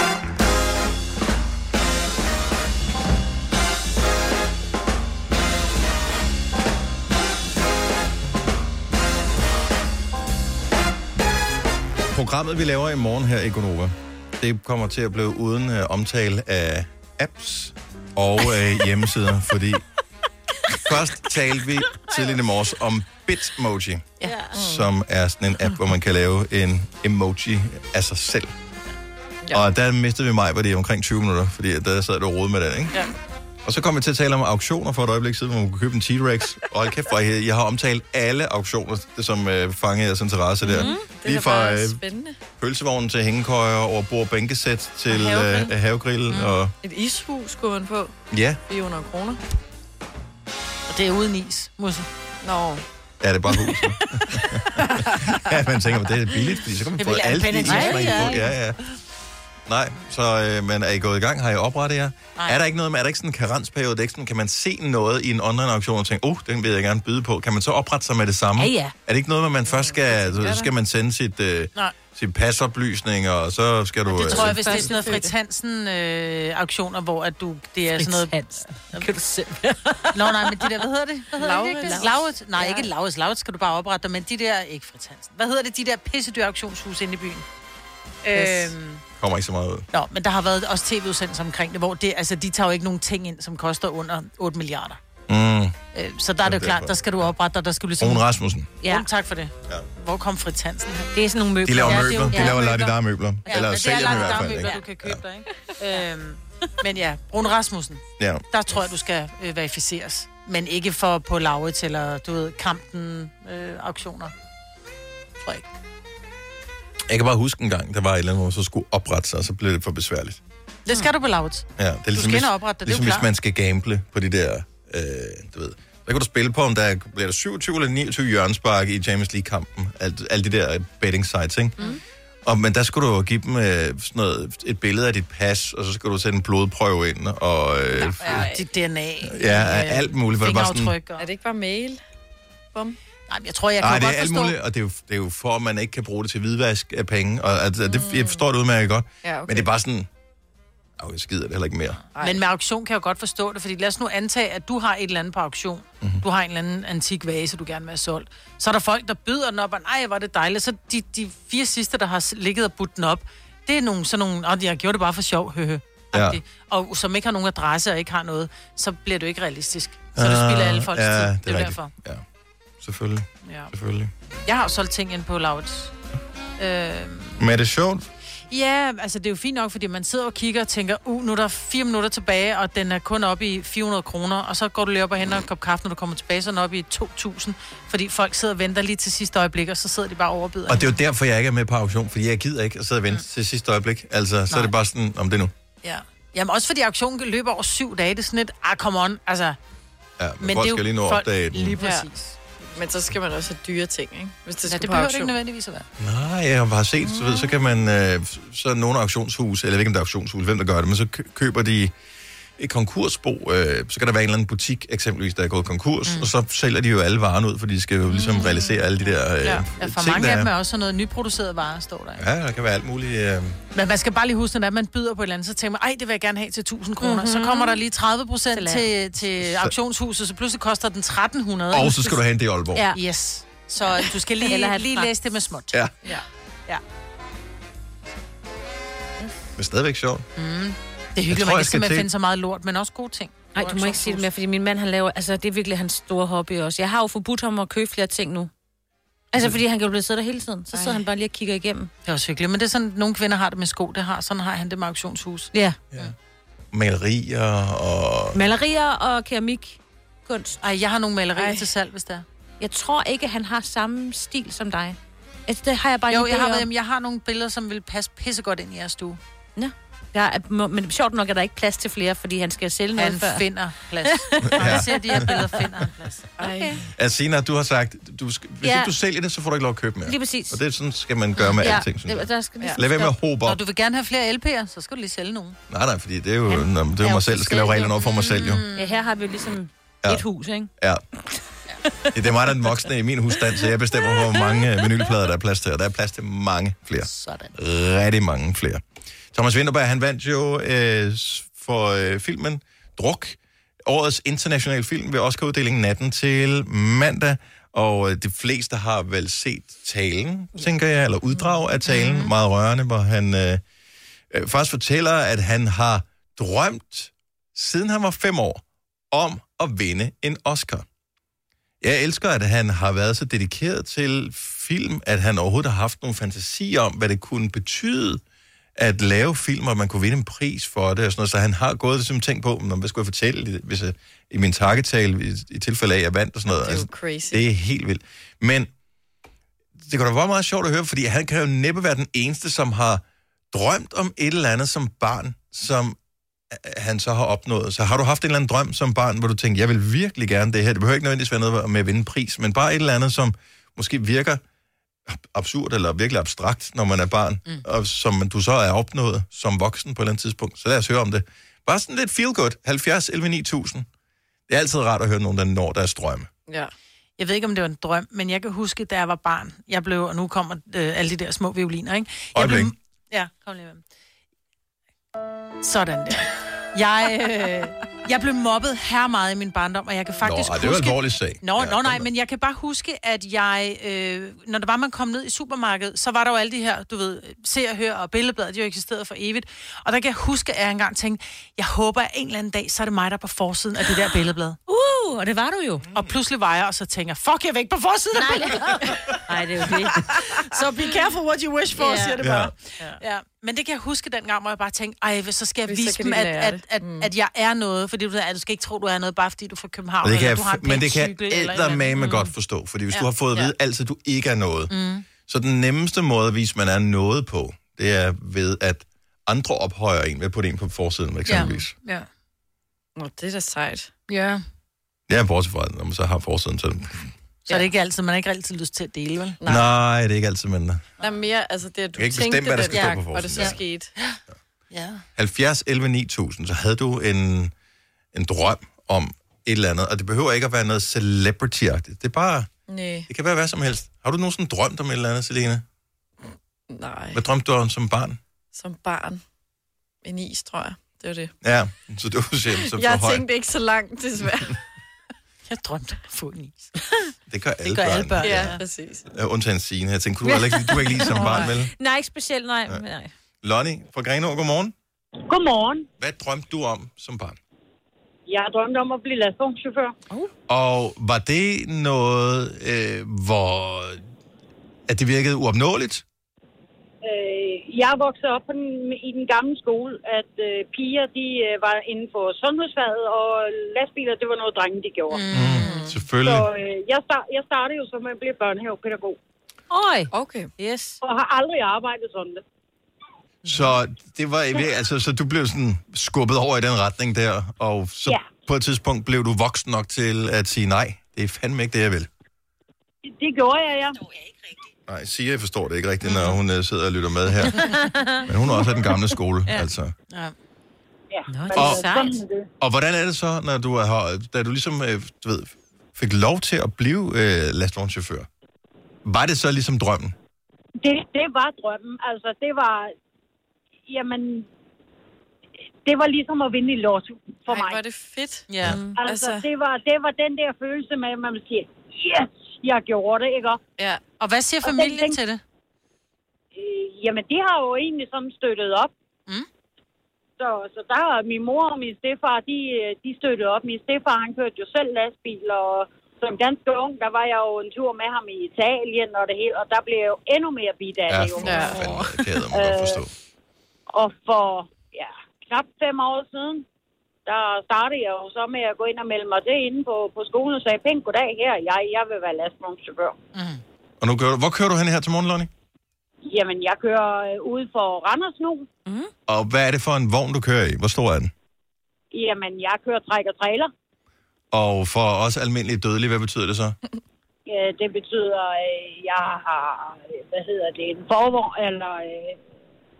Programmet, vi laver i morgen her i Gonova, det kommer til at blive uden øh, omtale af apps og øh, hjemmesider, fordi først talte vi tidligere i morges om Bitmoji, ja. som er sådan en app, hvor man kan lave en emoji af sig selv. Ja. Og der mistede vi mig, hvor det er omkring 20 minutter, fordi at der sad du og rodede med den, ikke? Ja. Og så kom vi til at tale om auktioner for et øjeblik siden, hvor man kunne købe en T-Rex. Og hold kæft, hvor jeg, jeg har omtalt alle auktioner, som øh, fangede jeres interesse der. Mm, Det er bare spændende. pølsevognen til hængekøjer, over bord bænkesæt til Og havegrill. havegrill, øh, havegrill mm. og Et ishus kunne man på. ja, 400 kroner. Og det er uden is, Musse. Nå. er det bare huset. ja, man tænker, det er billigt, fordi så kan man Det få vil jeg alt det, anbefale is, man til. kan få. Ja, Ja, ja. Nej, så øh, men er I gået i gang? Har I oprettet jer? Nej. Nej. Er der ikke noget med, er der ikke sådan en karensperiode? Det er ikke sådan, kan man se noget i en online-auktion og tænke, oh, den vil jeg gerne byde på. Kan man så oprette sig med det samme? Ja, ja. Er det ikke noget med, man først skal, så, det. så skal man sende sit, øh, Nej. sit pasoplysning, og så skal du... Det tror jeg, hvis det er øh, sådan noget Fritz Hansen-auktioner, hvor at du, det er sådan noget... Kan du selv? Nå, nej, men de der, hvad hedder det? Hvad hedder det, Laurits. ikke? Laurits. Nej, ikke Laurits. Laurits skal du bare oprette dig, men de der, ikke Fritz Hansen. Hvad hedder det, de der pissedyr auktionshus inde i byen? Yes. Øhm, Kommer ikke så meget ud. Nå, men der har været også tv-udsendelser omkring det, hvor det, altså, de tager jo ikke nogen ting ind, som koster under 8 milliarder. Mm. Øh, så der er det jo klart, Jamen, derfor. der skal du oprette dig, der skal du ligesom... Rune Rasmussen. Ja. Rune, tak for det. Ja. Hvor kom Fritz Hansen? Det er sådan nogle møbler. De laver møbler. De laver Lady Dar møbler. Eller sælger dem i hvert fald. møbler, du Ikke? kan købe dig, ikke? Øhm, men ja, Rune Rasmussen, Ja. der tror jeg, du skal øh, verificeres. Men ikke for på Laurits eller, du ved, kampen øh, auktioner. Tror jeg ikke. Jeg kan bare huske en gang, der var et eller andet, hvor man så skulle oprette sig, og så blev det for besværligt. Det Hmm. skal du på Laurits. Ja, det er ligesom, skal hvis, ind og oprette dig, det er jo ligesom hvis klart. man skal gamble på de der, øh, du ved. Der kan du spille på, om der bliver der 27 eller 29 hjørnspark i Champions League-kampen. Alt, alle de der betting sites, ikke? Mm. Og, men der skulle du jo give dem øh, sådan noget, et billede af dit pas, og så skulle du sætte en blodprøve ind, og øh, Ja, dit DNA. ja, alt muligt. Hvor det bare sådan, Fingeraftryk. Og... Er det ikke bare mail? Bum. Nej, men jeg tror, jeg kan Nej, jo det godt er alt forstå... muligt, og det er, jo, det er jo for, at man ikke kan bruge det til hvidvask af penge. Og, altså, det, jeg forstår det udmærket godt, Mm. Ja, okay. men det er bare sådan, "Au, jeg gider det heller ikke mere. Ej. Men med auktion kan jeg jo godt forstå det, fordi lad os nu antage, at du har et eller andet på auktion. Mhm. Mm-hmm. Du har en eller anden antik vase, du gerne vil have solgt. Så er der folk, der byder den op, og nej, hvor er det dejligt. Så de, de fire sidste, der har s- ligget og budt den op, det er nogle sådan nogle, og jeg gjorde det bare for sjov, høhø. Ja. agtigt. Og som ikke har nogen adresse og ikke har noget, så bliver du ikke realistisk. Så du spilder alle folks Ah, ja, tid. det er Det, det er rigtigt. derfor. Ja, selvfølgelig. Ja. selvfølgelig. Jeg har jo solgt ting ind på Lauts. Øh, Men er det sjovt? Ja, altså det er jo fint nok, fordi man sidder og kigger og tænker, uh, nu er der fire minutter tilbage, og den er kun oppe i 400 kroner, og så går du lige op og henter en kop kaffe, når du kommer tilbage, så er den oppe i 2.000, fordi folk sidder og venter lige til sidste øjeblik, og så sidder de bare og overbyder. Og det er jo derfor, jeg ikke er med på auktion, fordi jeg gider ikke at sidde og vente mm. til sidste øjeblik. Altså, så er det bare sådan, om det er nu. Ja. Jamen også fordi auktionen løber over syv dage, det er sådan lidt, ah, come on, altså. Ja, men, men folk skal lige nå at opdage den. Lige præcis. Ja. Men så skal man også have dyre ting, ikke? Hvis det Ja, skal det på behøver det auktion. ikke nødvendigvis at være. Nej, jeg har bare set, så, ved, så kan man, øh, så er nogle auktionshus, eller jeg ved ikke om det er auktionshus, hvem der gør det, men så kø- køber de et konkursbo, øh, så kan der være en eller anden butik eksempelvis, der er gået konkurs, mm. og så sælger de jo alle varerne ud, for de skal jo ligesom realisere alle de der øh, Mm. Ja, ja. ja for ting, mange der af dem er. er også sådan noget nyproduceret varer, står der. Ja, der kan være alt muligt. Øh, Men man skal bare lige huske, når det er, at man byder på et eller andet, så tænker man, ej, det vil jeg gerne have til 1000 kroner. Mm-hmm. Så Mhm. kommer der lige 30 procent til, til auktionshuset, så pludselig koster den 1300. og så skal du hente det i Aalborg. Ja. Yes. Så du skal Eller lige, have det lige frem. læse det med småt. Ja. Ja. ja. Men stadigvæk sjovt. Mm. Det er hyggeligt, tror, man jeg kan skal simpelthen til- finde så meget lort, men også gode ting. Nej, du må ikke sige det mere, fordi min mand, han laver, altså det er virkelig hans store hobby også. Jeg har jo forbudt ham at købe flere ting nu. Altså, fordi han kan jo blive siddet der hele tiden. Så sidder Ej. han bare lige og kigger igennem. Det er også hyggeligt, men det er sådan, at nogle kvinder har det med sko, det har. Sådan har han det med auktionshus. Ja. Malerier og... Malerier og keramik. Kunst. Ej, jeg har nogle malerier Ej. til salg, hvis det er. Jeg tror ikke, han har samme stil som dig. Altså, det har jeg bare Jo, en idé jeg har, om. været, hjemme. jeg har nogle billeder, som vil passe pissegodt ind i jeres stue. Ja. Der er, må- men sjovt nok er der ikke plads til flere, fordi han skal sælge noget Han før. finder plads. Når han ser de her billeder, finder han plads. Okay. Altså, Sina, du har sagt, du skal, hvis Ja. ikke du sælger det, så får du ikke lov at købe mere. Lige præcis. Og det er sådan, skal man gøre med ja. alting, synes jeg. det- der skal lige Ja. Lad være med at hobe op. Når du vil gerne have flere LP'er, så skal du lige sælge nogle. Nej, nej, fordi det er jo, ja. nå, men det er jo mig selv, der skal lave reglerne over for mig selv, jo. Ja, her har vi jo ligesom Ja. ja. et hus, ikke? Ja. Ja, Det er mig, der er den voksne i min husstand, så jeg bestemmer, hvor mange øh, vinylplader, der er plads til. Og der er plads til mange flere. Sådan. Rigtig mange flere. Thomas Winterberg, han vandt jo øh, s- for øh, filmen Druk. Årets internationale film ved Oscar-uddelingen natten til mandag. Og øh, de fleste har vel set talen, tænker jeg, eller uddrag af talen. Mm. Meget rørende, hvor han øh, øh, faktisk fortæller, at han har drømt, siden han var fem år, om at vinde en Oscar. Jeg elsker, at han har været så dedikeret til film, at han overhovedet har haft nogle fantasier om, hvad det kunne betyde at lave film, og man kunne vinde en pris for det og sådan noget. Så han har gået og ligesom tænkt på, "Nå, hvad skulle jeg fortælle hvis jeg, i min takketale, i, i tilfælde af, at jeg vandt og sådan noget. Altså, Det er jo crazy. det er helt vildt. Men det kunne da være meget sjovt at høre, fordi han kan jo næppe være den eneste, som har drømt om et eller andet som barn, som øh, han så har opnået. Så har du haft en eller anden drøm som barn, hvor du tænkte, jeg vil virkelig gerne det her. Det behøver ikke nødvendigvis være noget med at vinde en pris, men bare et eller andet, som måske virker absurd eller virkelig abstrakt, når man er barn, mm. og som du så er opnået som voksen på et eller andet tidspunkt. Så lad os høre om det. Bare sådan lidt feel good. 70 11 9000. Det er altid rart at høre nogen, der når deres drømme. Ja. Jeg ved ikke, om det var en drøm, men jeg kan huske, da jeg var barn, jeg blev, og nu kommer øh, alle de der små violiner, ikke? Jeg blev, Øjeblik. ja, kom lige med. dem. Sådan der. Jeg, øh, jeg blev mobbet her meget i min barndom, og jeg kan faktisk Nå, ej, huske... det var en alvorlig sag. Nå, ja, nå, nej, men jeg kan bare huske, at jeg, øh, når der var, man kom ned i supermarkedet, så var der jo alle de her, du ved, se og hør og billedblad, de har jo eksisteret for evigt. Og der kan jeg huske, at jeg engang tænkte, jeg håber, at en eller anden dag, så er det mig, der er på forsiden af det der billedblad. Uh, og det var du jo. Og pludselig var jeg, og så tænker jeg, fuck, jeg er væk på forsiden af Nej. billedbladet. Nej, det er jo det. Så be careful what you wish for, Ja. yeah. siger det Ja. bare. Ja. ja. Men det kan jeg huske dengang, hvor jeg bare tænkte, ej, så skal jeg Hvis Hvis så vise kan dem, de at, lære at, det. at, Mm. at, jeg er noget. Fordi du, ved, at du skal ikke tro, du er noget, bare fordi du er fra København, Og det kan eller jeg, du har en f- men det kan pæn cykel, eller et jeg eller andet. Mm. med godt forstå, fordi hvis Ja. du har fået at Ja. vide altid, at du ikke er noget, Mm. så den nemmeste måde at vise, at man er noget på, det er ved, at andre ophøjer en ved at putte en på forsiden, eksempelvis. Ja. Ja. Nå, det er da sejt. Ja. Det er bortset fra, når man så har forsiden. Så... Mm. Så er det ikke altid, man har ikke altid lyst til at dele, vel? Nej. Nej, det er ikke altid, men Der er mere, altså det, at du Jeg kan ikke tænkte bestemme, hvad der den skal stå gang, på forsiden. og det så Ja. skete. Ja. 70, 11, 9000, så havde du en, en drøm om et eller andet, og det behøver ikke at være noget celebrity -agtigt. Det er bare, Nej. det kan være hvad som helst. Har du nogensinde drømt om et eller andet, Selena? Nej, Hvad drømte du om som barn? som barn. En is, tror jeg. Det var det. Ja, så du var selv så jeg for høj. tænkte ikke så langt, desværre. jeg drømte at få en is. Det gør alle, Det gør alle børn. Ja, præcis. Ja, undtagen Signe. Jeg tænkte, du har ikke, du har ikke lige som barn, vel? Nej, ikke specielt, nej. men nej. Lonnie fra Grenaa, godmorgen. Godmorgen. Hvad drømte du om som barn? Jeg drømte om at blive lastvognschauffør. Oh. Uh. Og var det noget, øh, hvor at det virkede uopnåeligt? Øh, jeg voksede op på den, i den gamle skole, at øh, piger de øh, var inden for sundhedsfaget, og lastbiler, det var noget drenge, de gjorde. Mm, selvfølgelig. Så øh, jeg, start, jeg startede jo som at blive børnehavepædagog. Oj. Okay. Yes. Og har aldrig arbejdet sådan det. Så det var i vir- altså, så du blev sådan skubbet over i den retning der, og så Ja. på et tidspunkt blev du voksen nok til at sige nej. Det er fandme ikke det, jeg vil. Det, det gjorde jeg, ja. Nej, Sia forstår det ikke rigtigt, når hun øh, sidder og lytter med her. Men hun er også af den gamle skole, Ja. altså. Ja. ja. Nå, det er sejt. Og hvordan er det så, når du er, her- da du ligesom øh, du ved, fik lov til at blive øh, lastvognschauffør? Var det så ligesom drømmen? Det, det var drømmen. Altså, det var... Jamen... Det var ligesom at vinde i lotto for Ej, mig. var det fedt. Ja. Mm. Altså, altså... Det, var, det var den der følelse med, at man siger, yes, jeg gjorde det, ikke? også? Ja. Og hvad siger Og den- familien den- til det? Øh, jamen, det har jo egentlig sådan støttet op. Mm. Så, så der har min mor og min stefar, de, øh, de støttede op. Min stefar, han kørte jo selv lastbil, og som ganske ung, der var jeg jo en tur med ham i Italien og det hele, og der blev jeg jo endnu mere bidt af det. Jo. Ja, for fanden, det kan jeg må godt forstå. Og for ja, knap fem år siden, der startede jeg jo så med at gå ind og melde mig det inde på, på skolen og sagde, pænt goddag her, jeg, jeg vil være lastvognschauffør. Og nu kører du, hvor kører du hen her til morgen, Lonnie? Jamen, jeg kører øh, ude for Randers nu. Mm. Og hvad er det for en vogn, du kører i? Hvor stor er den? Jamen, jeg kører træk og trailer. Og for os almindelige dødelige, hvad betyder det så? Øh, Det betyder, øh, jeg har, øh, hvad hedder det, en forvogn, eller øh,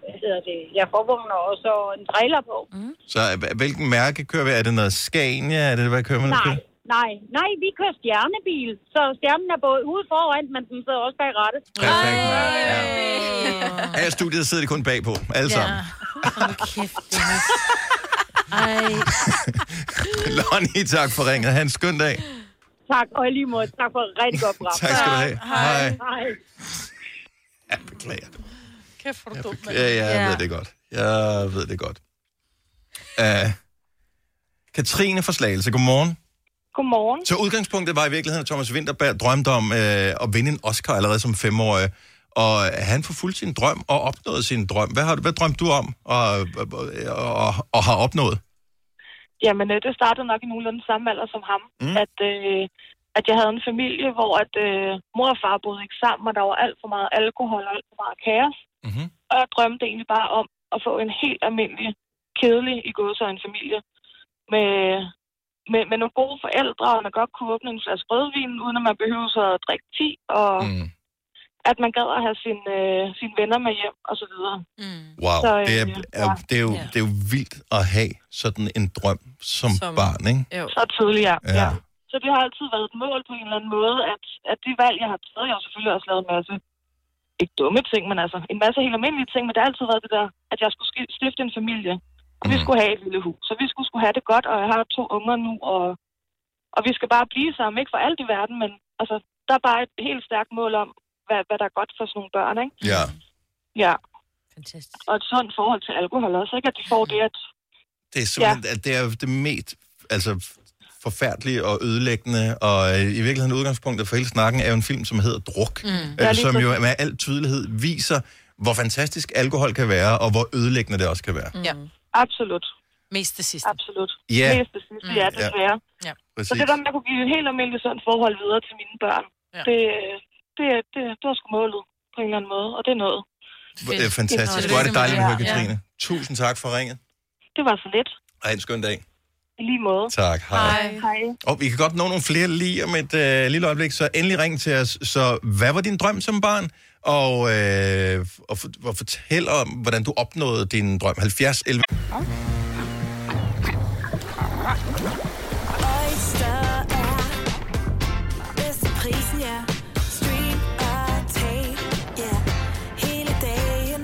hvad hedder det, jeg forvogner og så en trailer på. Mm. Så øh, hvilken mærke kører vi? Er det noget Scania? Er det, hvad kører man? Nej, nej, nej, vi kører stjernebil, så stjernen er både ude foran, men den sidder også bag rattet. Perfekt. Af studiet sidder de kun bagpå, alle Ja. sammen. Hold kæft, Dennis. Ej. Lonnie, tak for ringet. Ha' en skøn dag. Tak, og i lige måde, tak for et rigtig godt program. Tak skal du have. Hej. Hej. Ja, beklager. Kæft, hvor du dum, Ja, ja, jeg ved det godt. Jeg ved det godt. Uh, Katrine fra Slagelse, godmorgen. Godmorgen. Så udgangspunktet var i virkeligheden, at Thomas Winterberg drømte om øh, at vinde en Oscar allerede som femårig. Og han forfulgte sin drøm og opnåede sin drøm. Hvad, har du, hvad drømte du om og, og, og, og har opnået? Jamen, øh, det startede nok i nogenlunde samme alder som ham. Mm. At, øh, at jeg havde en familie, hvor at, øh, mor og far boede ikke sammen, og der var alt for meget alkohol og alt for meget kaos. Mm-hmm. Og jeg drømte egentlig bare om at få en helt almindelig, kedelig i gået så en familie med, med, med nogle gode forældre, og man godt kunne åbne en flaske rødvin, uden at man behøver så at drikke 10, og mm. at man gad at have sine øh, sin venner med hjem, og så videre. Mm. Wow, Så, øh, det, er, ja. er, det, er jo, det er jo vildt at have sådan en drøm som, som barn, ikke? Jo. Så tidligt, ja. Ja. ja. Så det har altid været et mål på en eller anden måde, at, at det valg, jeg har taget, jeg har selvfølgelig også lavet en masse, ikke dumme ting, men altså en masse helt almindelige ting, men det har altid været det der, at jeg skulle ski- stifte en familie, og Mm. vi skulle have et lille hus, og vi skulle, skulle have det godt, og jeg har to unger nu, og, og vi skal bare blive sammen, ikke for alt i verden, men altså, der er bare et helt stærkt mål om, hvad, hvad der er godt for sådan nogle børn, ikke? Ja. Ja. Fantastisk. Og et sundt forhold til alkohol også, ikke? At de Mm. får det, at Det er simpelthen, ja. at det er det mest altså, forfærdelige og ødelæggende, og øh, i virkeligheden udgangspunktet for hele snakken er jo en film, som hedder Druk, Mm. mm. Ja, øh, lige som jo præcis. med al tydelighed viser, hvor fantastisk alkohol kan være, og hvor ødelæggende det også kan være. Ja. Absolut. Mest det sidste. Absolut. Ja. Mest det sidste, ja, Ja. desværre. Ja. Så det der med at kunne give et helt almindeligt sundt forhold videre til mine børn, ja. det, det, det, det var sgu målet på en eller anden måde, og det er noget. Fedt. Fantastisk. Hvor er det dejligt at høre, Katrine. Tusind tak for ringet, Det var så lidt. og have en skøn dag. I lige måde. Tak. Hej. Hej. Og vi kan godt nå nogle flere lige om et øh, lille øjeblik, så endelig ring til os. Så hvad var din drøm som barn? Og, øh, og, for, og fortæl om, hvordan du opnåede din drøm. 70 11. Oyster er bedst til prisen, ja. Stream og tag, ja. Hele dagen.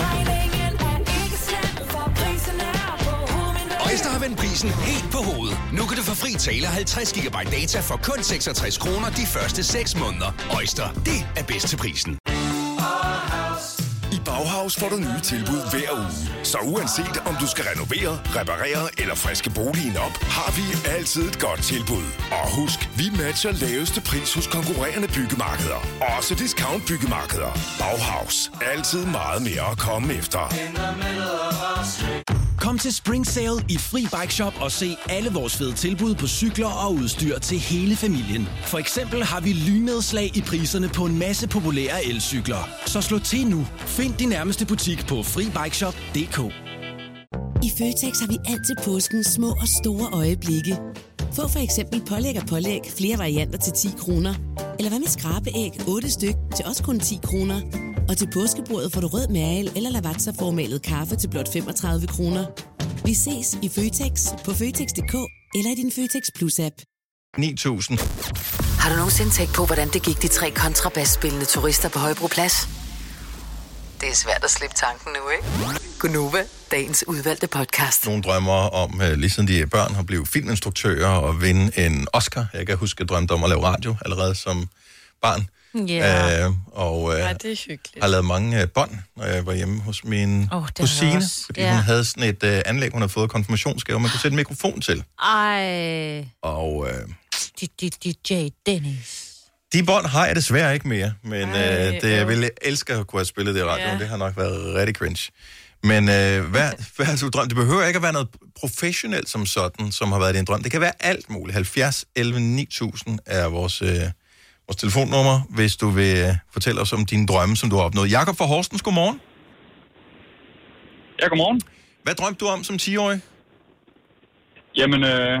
Regningen er ikke slem, for prisen er på hovedet. Øjster har vendt prisen helt på hovedet. Nu kan du få fri tale 50 GB data for kun 66 kroner de første 6 måneder. Øjster, det er bedst til prisen. I Bauhaus får du nye tilbud hver uge. Så uanset om du skal renovere, reparere eller friske boligen op, har vi altid et godt tilbud. Og husk, vi matcher laveste pris hos konkurrerende byggemarkeder. Også discount byggemarkeder. Bauhaus. Altid meget mere at komme efter. Kom til Spring Sale i Fri Bike Shop og se alle vores fede tilbud på cykler og udstyr til hele familien. For eksempel har vi lynedslag i priserne på en masse populære elcykler. Så slå til nu. Find din nærmeste butik på FriBikeShop.dk I Føtex har vi alt til påsken små og store øjeblikke. Få for eksempel pålæg og pålæg flere varianter til 10 kroner. Eller hvad med skrabeæg 8 styk til også kun 10 kroner. Og til påskebordet får du rød mal eller lavatserformalet kaffe til blot 35 kroner. Vi ses i Føtex på Føtex.dk eller i din Føtex Plus-app. 9000. Har du nogensinde tænkt på, hvordan det gik de tre kontrabasspillende turister på Højbroplads? Det er svært at slippe tanken nu, ikke? Gunova, dagens udvalgte podcast. Nogle drømmer om, øh, lige siden de er børn, at blive filminstruktører og vinde en Oscar. Jeg kan huske, at jeg drømte om at lave radio allerede som barn. Ja. Øh, og øh, Ej, det er hyggeligt. har lavet mange øh, bånd, når jeg var hjemme hos min har oh, jeg kusine, også. fordi Ja. hun havde sådan et øh, anlæg, hun havde fået konfirmationsgave, man kunne sætte en mikrofon til. Ej, Og øh, DJ Dennis. de bånd har jeg desværre ikke mere, men Ej, øh, det, jeg øv. ville elske at kunne have spillet det i radioen. Ja. Ja. Det har nok været rigtig cringe. Men øh, hvad, hvad har du drømt? Det behøver ikke at være noget professionelt som sådan, som har været din drøm. Det kan være alt muligt. 70 11 9000 er vores, øh, vores telefonnummer, hvis du vil øh, fortælle os om dine drømme, som du har opnået. Jakob fra Horsens, godmorgen. Ja, godmorgen. Hvad drømte du om som 10-årig? Jamen, øh,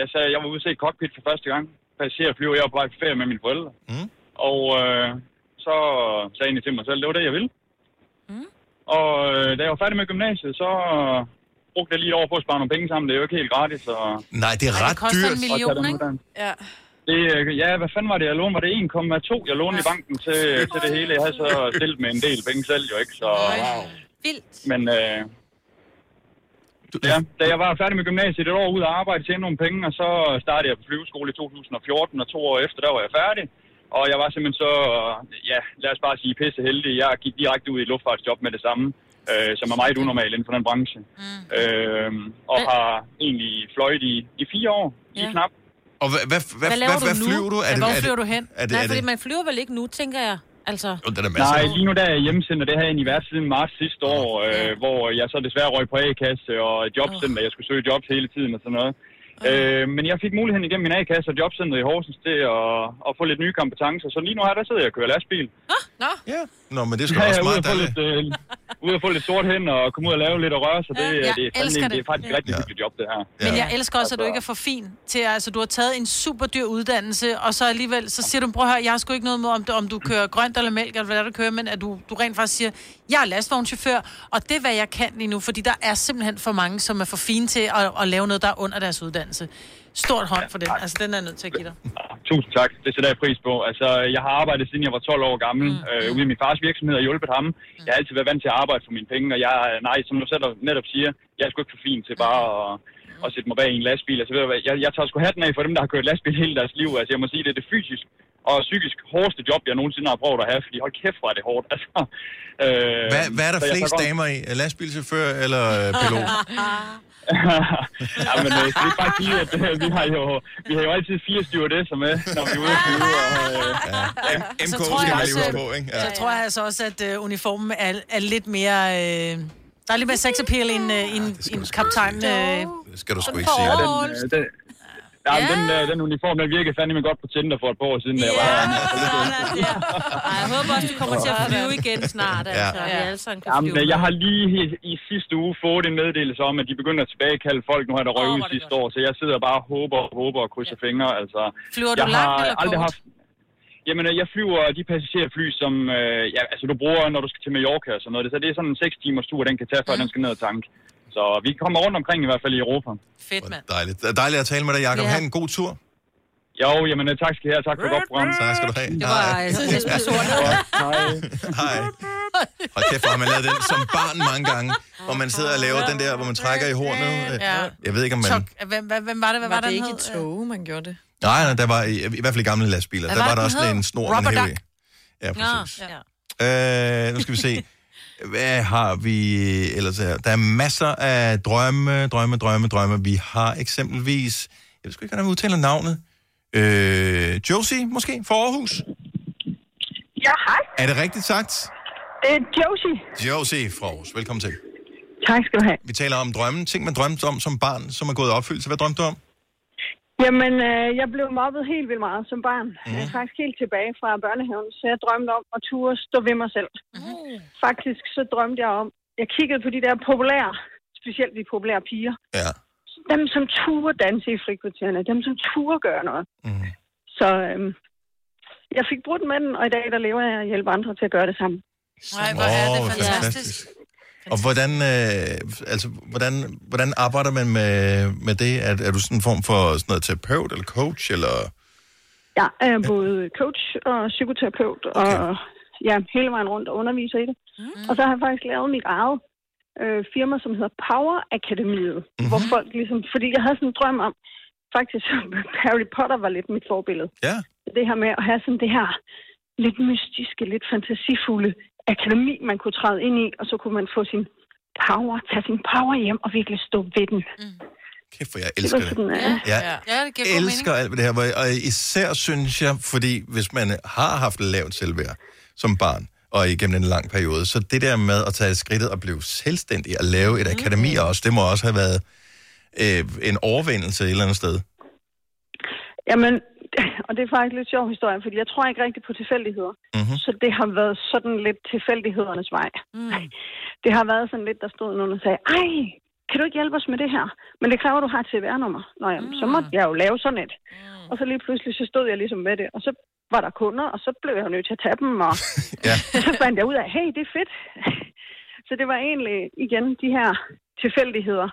jeg sagde, jeg var ude at se et cockpit for første gang. Passagerflyver, jeg var på vej på ferie med mine forældre. Mm. Og øh, så sagde jeg egentlig til mig selv, det var det, jeg ville. Mm. Og øh, da jeg var færdig med gymnasiet, så øh, brugte jeg lige et år på at spare nogle penge sammen. Det er jo ikke helt gratis. Og... Nej, det er ret dyrt. Ja. Det, øh, ja, hvad fanden var det, jeg lånte? Var det 1,2, jeg lånte i banken til, øh, til det hele? Jeg havde så stillet med en del penge selv, jo ikke? Så, wow. Vildt. Men øh, ja, da jeg var færdig med gymnasiet, det var ud at arbejde, tjene nogle penge, og så startede jeg på flyveskole i 2014, og to år efter, der var jeg færdig. Og jeg var simpelthen så, øh, ja, lad os bare sige, pisse heldig. Jeg gik direkte ud i et luftfartsjob med det samme, øh, som er meget unormal inden for den branche. Mm. Øh, og har egentlig fløjet i, i fire år, lige Ja. knap. Og hvad, hvad, hvad, Hvad laver du nu? Er Hvor flyver du hen? er det- Nej, er fordi det- man flyver vel ikke nu, tænker jeg. Altså, der er Nej, lige nu der er jeg hjemmesendt, og det har jeg egentlig været siden marts sidste år, øh, hvor jeg så desværre røg på A-kasse og et jobcenter. Jeg skulle søge jobs hele tiden og sådan noget. Øh, men jeg fik muligheden igennem min A-kasse og jobcenter i Horsens til at, at få lidt nye kompetencer. Så lige nu her, der sidder jeg og kører lastbil. Nå, Ja. Nå, men det skal ja, også ude meget at få dalle. lidt, øh, ude at få lidt sort hen og komme ud og lave lidt og røre, så det, Ja, ja, jeg det, er, fandme, elsker en- det er det. faktisk et rigtig hyggeligt job, det her. Men jeg elsker også, at du ikke er for fin til, altså du har taget en super dyr uddannelse, og så alligevel, så siger du, prøv at høre, jeg har sgu ikke noget med, om, du- om du kører grønt eller mælk, eller hvad det er, du kører, men at du, du rent faktisk siger, jeg er lastvognchauffør, og det er, hvad jeg kan lige nu, fordi der er simpelthen for mange, som er for fine til at, at lave noget, der er under deres uddannelse. Stort hånd for den, altså den er jeg nødt til at give dig. Tusind tak. Det sætter jeg pris på. Altså, jeg har arbejdet siden jeg var 12 år gammel mm. øh, ude i min fars virksomhed og hjulpet Mm. ham. Jeg har altid været vant til at arbejde for mine penge, og jeg, nej, som du selv netop siger, jeg er sgu ikke for fin til bare Mm. at, at sætte mig bag i en lastbil. Altså, ved du hvad, jeg, jeg tager sgu hatten af for dem, der har kørt lastbil hele deres liv. Altså, jeg må sige, det er det fysisk og psykisk hårdeste job, jeg nogensinde har prøvet at have, fordi hold kæft, hvor er det hårdt. Altså, øh, Hvad, hvad er så der jeg flest tager godt- damer i? Er Lastbilchauffør eller øh, pilot? Ah. ja, men øh, skal vi ikke bare sige, at øh, vi, har jo, vi har jo altid fire stewardesser med, når vi er ude at flyve. Og, øh, ja. Så tror jeg også, øh, Så tror jeg altså også, at øh, uniformen er, er lidt mere... Øh, der er lidt mere sex appeal end, øh, end, end kaptajn... Øh, Det skal du sgu ikke sige. Ja, den, øh, den, ja, men den, øh, den uniform, den virkede fandme godt på Tinder for et par år siden, da jeg var her. Ej, jeg håber også, du kommer til at flyve igen snart, altså. Ja. Vi alle sammen kan Jamen, flyve. jeg har lige i- i sidste uge fået en meddelelse om, at de begynder at tilbagekalde folk. Nu har der røget ud sidste år, så jeg sidder bare og håber og håber og krydser fingre. Altså, Flyver du jeg langt har eller aldrig kort? haft Jamen, øh, jeg flyver de passagerfly, som øh, ja, altså, du bruger, når du skal til Mallorca og sådan noget. Så det er sådan en 6 timers tur, den kan tage, før den skal ned og tanke. Så vi kommer rundt omkring i hvert fald i Europa. Fedt, mand. Dejligt. Det er Dejligt at tale med dig, Jacob. Ja. Ha' en god tur. Jo, jamen øh, tak skal I have. Tak for et godt program. Tak skal du have. Det var, øh, altså Jesper Sorte. Hej. Hej. Og kæft, hvor har man lavet den som barn mange gange, hvor man sidder og laver den der, hvor man trækker i hornet. Øh, Ja. Jeg ved ikke, om man... Tok. Hvem, hvem, hvem var det? Hvad var, var var det den ikke i hed? tog, man gjorde det? Nej, nej, der var i, i hvert fald i gamle lastbiler. Hvad der var var det, der den også sådan hed? en snor, man Rubber hævde i. duck. Ja, præcis. Ja. Øh, nu skal vi se. Hvad har vi ellers her? Der er masser af drømme, drømme, drømme, drømme. Vi har eksempelvis, jeg ved sgu ikke, hvordan man udtaler navnet. Øh, Josie, måske, fra Aarhus. Ja, hej. Er det rigtigt sagt? Det er Josie. Josie fra Aarhus, velkommen til. Tak skal du have. Vi taler om drømmen, ting man drømte om som barn, som er gået i opfyldelse. Hvad drømte du om? Jamen, øh, jeg blev mobbet helt vildt meget som barn. Mm. Jeg er faktisk helt tilbage fra børnehaven, så jeg drømte om at ture stå ved mig selv. Mm. Faktisk så drømte jeg om, jeg kiggede på de der populære, specielt de populære piger. Ja. Dem, som turde danse i frikvartererne, dem, som turde gøre noget. Mm. Så øhm, jeg fik brudt med den, og i dag der lever jeg og hjælper andre til at gøre det samme. Nej, hvor er det Åh, fantastisk. Og hvordan, øh, altså, hvordan, hvordan arbejder man med, med det? Er, er du sådan en form for sådan noget terapeut eller coach? Eller? Jeg er øh, både coach og psykoterapeut, okay. og ja, hele vejen rundt og underviser i det. Mm. Og så har jeg faktisk lavet mit eget øh, firma, som hedder Power Akademiet, mm-hmm. hvor folk ligesom, fordi jeg havde sådan en drøm om, faktisk Harry Potter var lidt mit forbillede. Ja. Det her med at have sådan det her lidt mystiske, lidt fantasifulde akademi, man kunne træde ind i, og så kunne man få sin power, tage sin power hjem og virkelig stå ved den. Mm. Kæft, for jeg elsker det. sådan, ja. Jeg Ja, det giver god mening. elsker alt ved det her, hvor jeg- og især synes jeg, fordi hvis man har haft lavt selvværd som barn, og igennem en lang periode, så det der med at tage skridtet og blive selvstændig og lave et Mm. akademi også, det må også have været øh, en overvindelse et eller andet sted. Jamen, og det er faktisk lidt sjov historie, fordi jeg tror ikke rigtig på tilfældigheder. Mm-hmm. Så det har været sådan lidt tilfældighedernes vej. Mm. Det har været sådan lidt, der stod nogen og sagde, ej, kan du ikke hjælpe os med det her? Men det kræver, at du har et CVR-nummer. Nå jamen, så måtte jeg jo lave sådan et. Mm. Og så lige pludselig, så stod jeg ligesom med det, og så var der kunder, og så blev jeg jo nødt til at tage dem, og ja. så fandt jeg ud af, hey, det er fedt. så det var egentlig, igen, de her tilfældigheder,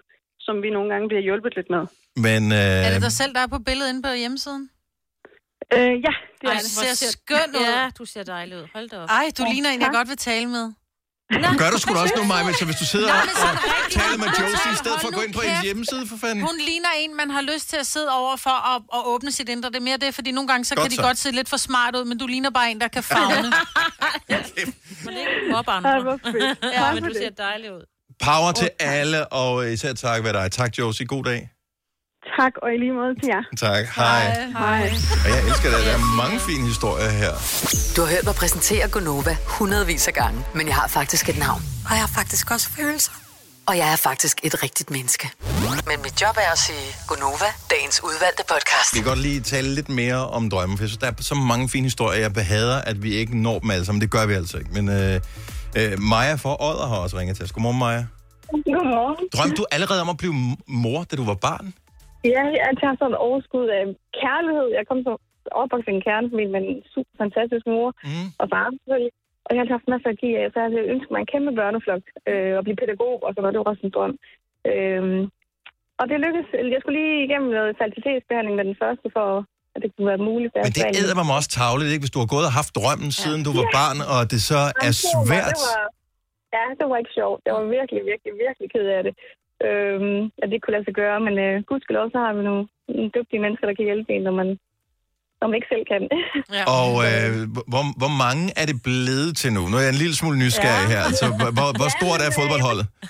som vi nogle gange bliver hjulpet lidt med. Men, øh, Er det dig selv, der er på billedet inde på hjemmesiden? Øh, ja, det Ej, er du det. ser skøn ud. Ja, du ser dejlig ud. Hold da op. Ej, du ligner en, jeg godt vil tale med. Du gør du sgu da også nu, Maja, så hvis du sidder Nej, og men sådan rigtig. taler med Josie, i stedet for at Hold gå nu ind på en kæft. hjemmeside, for fanden. Hun ligner en, man har lyst til at sidde over for og, og åbne sit indre. Det er mere det, fordi nogle gange så Godt kan de så. godt se lidt for smart ud, men du ligner bare en, der kan fagne. Men det er ikke mobber Ej, hvor fedt. Ja, Tak men for du det. ser dejlig ud. Power til alle, og især tak ved dig. Tak, Josie. God dag. Tak, og i lige måde til jer. Tak. Hej. Hej. Og jeg elsker det. Der er mange fine historier her. Du har hørt mig præsentere Gonova hundredvis af gange, men jeg har faktisk et navn. Og jeg har faktisk også følelser. Og jeg er faktisk et rigtigt menneske. Men mit job er at sige Gunova, dagens udvalgte podcast. Vi kan godt lige tale lidt mere om drømme, for jeg synes, der er så mange fine historier, jeg behader, at vi ikke når dem alle sammen. Det gør vi altså ikke. Men øh, øh, Maja fra Odder har også ringet til os. Godmorgen, Maja. Godmorgen. Drømte du allerede om at blive m- mor, da du var barn? Ja, jeg tager sådan et overskud af kærlighed. Jeg kom så opvokset i en kernefamilie med en super fantastisk mor Mhm. mm. og far selvfølgelig. Og jeg har haft masser at give af, så jeg havde ønsket mig en kæmpe børneflok øh, og blive pædagog, og så var det jo også en drøm. Øhm, og det lykkedes. Jeg skulle lige igennem noget fertilitetsbehandling med den første, for at det kunne være muligt. Men det æder mig også tavlet, ikke? Hvis du har gået og haft drømmen, siden du var barn, og det så er svært. Det var, ja, det var ikke sjovt. Jeg var virkelig, virkelig, virkelig ked af det. Øhm, at det ikke kunne lade sig gøre, men øh, gudskelov, så har vi nogle, nogle dygtige mennesker, der kan hjælpe en, når man, når man ikke selv kan. ja. Og øh, hvor, hvor mange er det blevet til nu? Nu er jeg en lille smule nysgerrig Ja. her. Altså, hvor, hvor- hvor stort er fodboldholdet?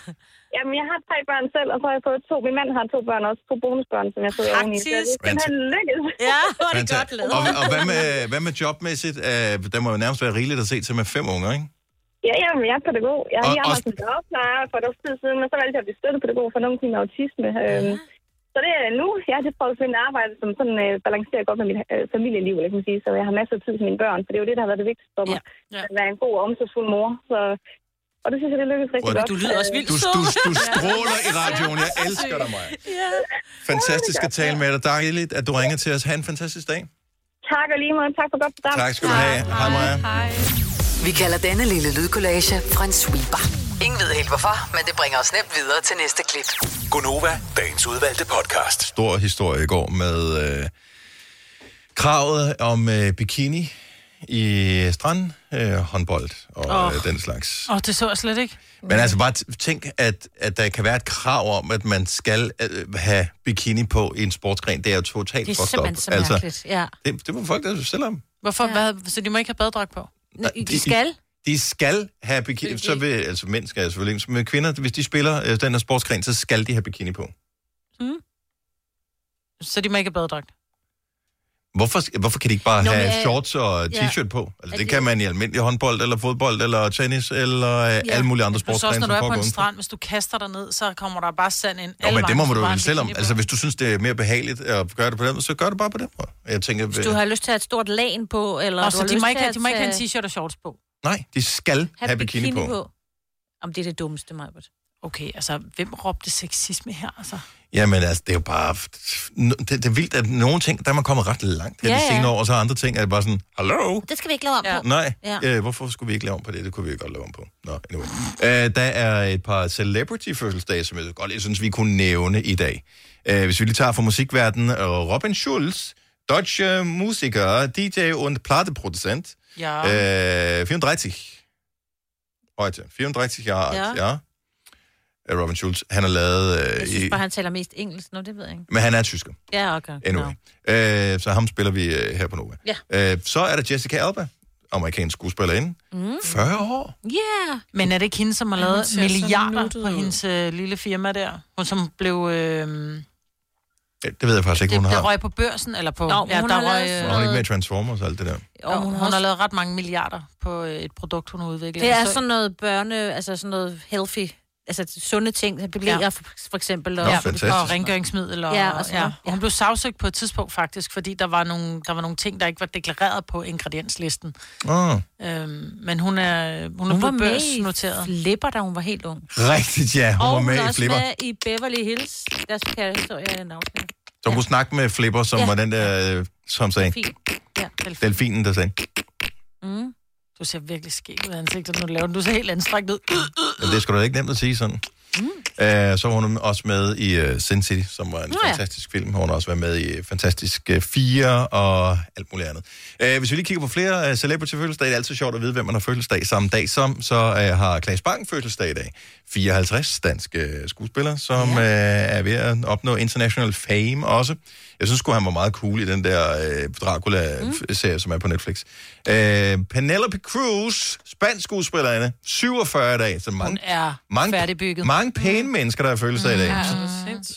Jamen, jeg har tre børn selv, og så har jeg fået to. Min mand har to børn også, to bonusbørn, som jeg sidder oveni. Så det er simpelthen lykkedes. Ja, hvor Fanta- Og, og hvad, med, hvad med jobmæssigt? Øh, der må jo nærmest være rigeligt at se til med fem unger, ikke? Ja, jamen, jeg er pædagog. Jeg har Og- lige og- arbejdet som dagplejer for et års tid siden, men så valgte jeg at blive støttepædagog for nogen med autisme. Øhm, så det er nu. Jeg har til prøvet at finde arbejde, som sådan øh, balancerer godt med mit øh, familieliv, eller kan man sige. Så jeg har masser af tid til mine børn, for det er jo det, der har været det vigtigste for mig. Ja. At være en god og omsorgsfuld mor. Så, og det synes jeg, det lykkedes rigtig Hvor- godt. Du lyder også vildt Du- sød. du- du stråler i radioen. Jeg elsker dig, Maja. Ja. Fantastisk at tale med dig. Dejligt, at du ringer til os. Ha' en fantastisk dag. Tak og lige måde. Tak for godt program. Tak skal du have. Hej, Maja. Hej. Vi kalder denne lille lydkollage en sweeper. Ingen ved helt hvorfor, men det bringer os nemt videre til næste klip. Gunova, dagens udvalgte podcast. Stor historie i går med øh, kravet om øh, bikini i strand, øh, håndbold og Åh. øh, den slags. Åh, oh, det så jeg slet ikke. Men altså bare t- tænk, at, at der kan være et krav om, at man skal øh, have bikini på i en sportsgren. Det er jo totalt Det er fucked simpelthen up. så Altså, mærkeligt, ja. det, det må folk der selv om. Hvorfor? Ja. Hvad, så de må ikke have baddrag på? Nej, de- De skal have bikini. Så vil, altså mænd skal selvfølgelig ikke, men kvinder, hvis de spiller øh, den her sportsgren, så skal de have bikini på. Hmm? Så de må ikke have baddrag. Hvorfor, hvorfor kan de ikke bare Nå, Nå, men, have øh, shorts og ja. t-shirt på? Altså, Er det det- kan man i almindelig håndbold, eller fodbold, eller tennis, eller ja. alle mulige andre Men Så også, sportsgrene, når du som er på foregår en udenfor. strand, hvis du kaster dig ned, så kommer der bare sand ind. Nå, men det må vejen, så man jo bare vel selv om. bikini på. Altså, hvis du synes, det er mere behageligt at gøre det på den måde, så gør det bare på den måde. Jeg tænker, Hvis du har lyst til at have et stort lagen på, eller Nå, du så har de lyst må ikke til have- de må ikke have en tage- t-shirt og shorts på. Nej, de skal have, have bikini, bikini på. Om det er det dummeste, Majbert. Okay, altså, hvem råbte sexisme her, altså? Jamen altså, det er jo bare... Det, det er vildt, at nogle ting, der er man kommet ret langt her ja, Ja, de ja. senere år, og så andre ting er det bare sådan, hallo? Det skal vi ikke lave om ja. på. Nej, Ja. øh, hvorfor skulle vi ikke lave om på det? Det kunne vi jo godt lave om på. Nå, anyway. øh, der er et par celebrity-fødselsdage, som jeg godt jeg synes, vi kunne nævne i dag. Øh, hvis vi lige tager fra musikverdenen, øh, Robin Schulz, deutsche musiker, DJ und Plateproducent, Ja. Äh, 34. Heute. 34 Jahre alt, ja. Ja. ja. Äh, Robin Schulz, han har lavet... Øh, Jeg i, synes bare, han taler mest engelsk. Nå, det ved jeg ikke. men han er tysker, Ja, okay. anyway. Øh, så ham spiller vi øh, her på Nova. Ja. Øh, så er der Jessica Alba, amerikansk skuespillerinde. Mm. 40 år? Ja. Yeah. Men er det ikke hende, som har Ja, hun lavet ser så milliarder nuttet på ud. hendes øh, lille firma der? Hun som blev... Øh, Ja, det ved jeg faktisk ikke, hun der har. røg på børsen, eller på... Nå, men hun har lavet Var hun ikke med i Transformers og alt det der? Og hun, hun, hun hun har- har lavet ret mange milliarder på øh, et produkt, hun har udviklet. Det er Så- sådan noget børne, altså sådan noget healthy, altså sunde ting, blæer ja. Ja. for, for eksempel. Ja, og rengøringsmiddel. Og, Ja, ja, og og sådan ja. noget. Og hun blev sagsøgt på et tidspunkt faktisk, fordi der var nogle, der var nogle ting, der ikke var deklareret på ingredienslisten. Oh. Øhm, men hun er, hun, Hun hun var er blevet med i børsnoteret. Flipper, da hun var helt ung. Rigtigt, ja. Hun og var hun med er i også Flipper. med i Beverly Hills. Der skal jeg historie af en afsnit. Så hun kunne snakke med Flipper, som Ja. var den der, øh, som sagde, Fint. Ja. delfinen, der sagde, Mm. Du ser virkelig skæg ud af ansigtet, når du laver den. Du ser helt anstrengt Mm, ud. Men det er sgu da ikke nemt at sige sådan. Mm. Øh, så var hun også med i uh, Sin City, som var en Nå Nå, ja. fantastisk film. Hun har også været med i øh, Fantastisk øh, 4 og alt muligt andet. Øh, hvis vi lige kigger på flere uh, celebrity fødselsdage, det er altid sjovt at vide, hvem man har fødselsdag samme dag som. Så uh, har Claes Bang fødselsdag i dag. 54, dansk uh, skuespiller, som ja. uh, er ved at opnå international fame også. Jeg synes sgu, han var meget cool i den der uh, Dracula-serie, Mm. som er på Netflix. Uh, Penelope Cruz, spansk skuespillerinde, 47 i dag. Så mange Hun er mange, færdigbygget. Mange pæne mange mennesker, der har følelser Mm. i dag.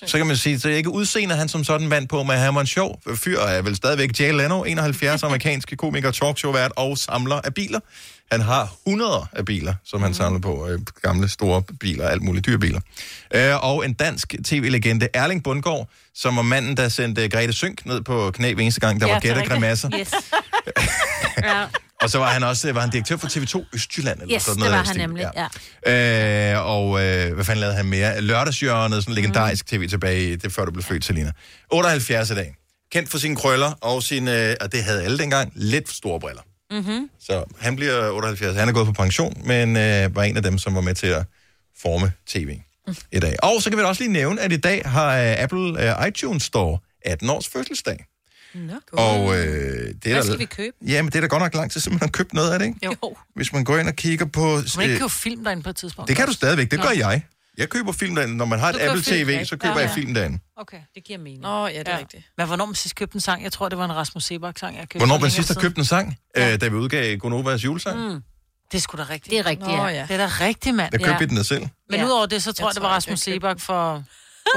Så kan man sige, at ikke udseende han som sådan vand på, men han var en sjov fyr, og er vel stadigvæk Jay Leno, 71 amerikanske komiker, talkshow-vært og samler af biler. Han har hundreder af biler, som Mm. han samler på. Øh, gamle, store biler, alt muligt dyre biler. Øh, og en dansk tv-legende, Erling Bundgaard, som var manden, der sendte Grete Sønk ned på knæ hver eneste gang, der var gættergrimasser. Yes. ja. Og så var han også øh, var han direktør for TV2 Østjylland. Eller Yes, sådan det noget var af han stil. nemlig. Ja. Øh, og øh, hvad fanden lavede han mere? Lørdagshjørnet, sådan en legendarisk tv tilbage, i- det er før du blev født, Selina. 78 i dag. Kendt for sine krøller og sin, øh, og det havde alle dengang, lidt store briller. Mm-hmm. Så han bliver 78. Han er gået på pension, men øh, var en af dem, som var med til at forme tv i dag. Og så kan vi da også lige nævne, at i dag har øh, Apple øh, iTunes Store 18 års fødselsdag. Nå, Og øh, det er Hvad da- skal vi købe? Jamen, det er da godt nok lang tid, siden man har købt noget af det, ikke? Jo. jo. Hvis man går ind og kigger på... Kan man ikke øh, købe film derinde på et tidspunkt? det kan du stadigvæk, det gør Nå. jeg. Jeg køber film derinde. Når man har Du et køber Apple film, TV, ikke? så køber Ja, jeg ja. film derinde. Okay. Det giver mening. Nå, ja, det er rigtigt. Men hvornår man sidst købte en sang? Jeg tror, det var en Rasmus Sebak-sang, jeg købte. Hvornår for var det længere sidst, der siden. købte en sang? Øh, da vi udgav Gonovas julesang? Mm. Det er sgu da rigtigt. Det er rigtigt, Nå, ja. ja. Det er da rigtigt, mand. Der købte vi den da selv. Men Ja. udover det, så tror jeg, Jeg det tror ikke, var Rasmus Sebak for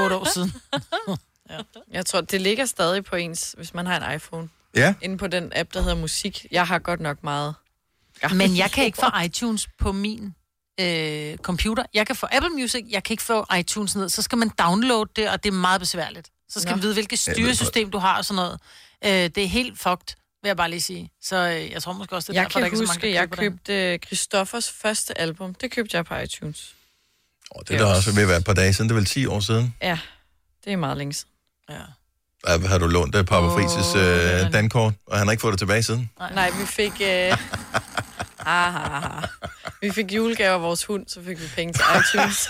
otte år siden. Jeg tror, det ligger stadig på ens, hvis man har en iPhone. Ja. Inde på den app, der hedder Musik. Jeg har godt nok meget. Men jeg kan ikke få iTunes på min øh, computer. Jeg kan få Apple Music, jeg kan ikke få iTunes ned. Så skal man downloade det, og det er meget besværligt. Så skal Nå. man vide, hvilket Jeg ved det godt. styresystem du har og sådan noget. Øh, det er helt fucked, vil jeg bare lige sige. Så øh, jeg tror måske også, det er Jeg derfor, kan der ikke er så mange, huske, der jeg køber købte den. øh, Christoffers første album. Det købte jeg på iTunes. Og det er da også ved at være et par dage siden, det er vel 10 år siden. Ja, det er meget længe siden. Ja. Der har du lånt uh, Papa Frises øh, dankort, og han har ikke fået det tilbage siden. Nej, Nej vi fik... Øh... Ah, aha, aha. Vi fik julegaver af vores hund, så fik vi penge til iTunes.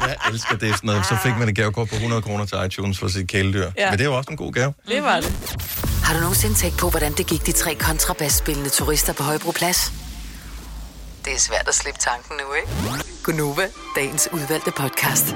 Jeg elsker det sådan noget. Så fik man et gavekort på 100 kroner til iTunes for sit kæledyr. Ja. Ja. Men det er jo også en god gave. Det var det. Har du nogensinde tænkt på, hvordan det gik de tre kontrabasspillende turister på Højbroplads? Det er svært at slippe tanken nu, ikke? Gunova, dagens udvalgte podcast.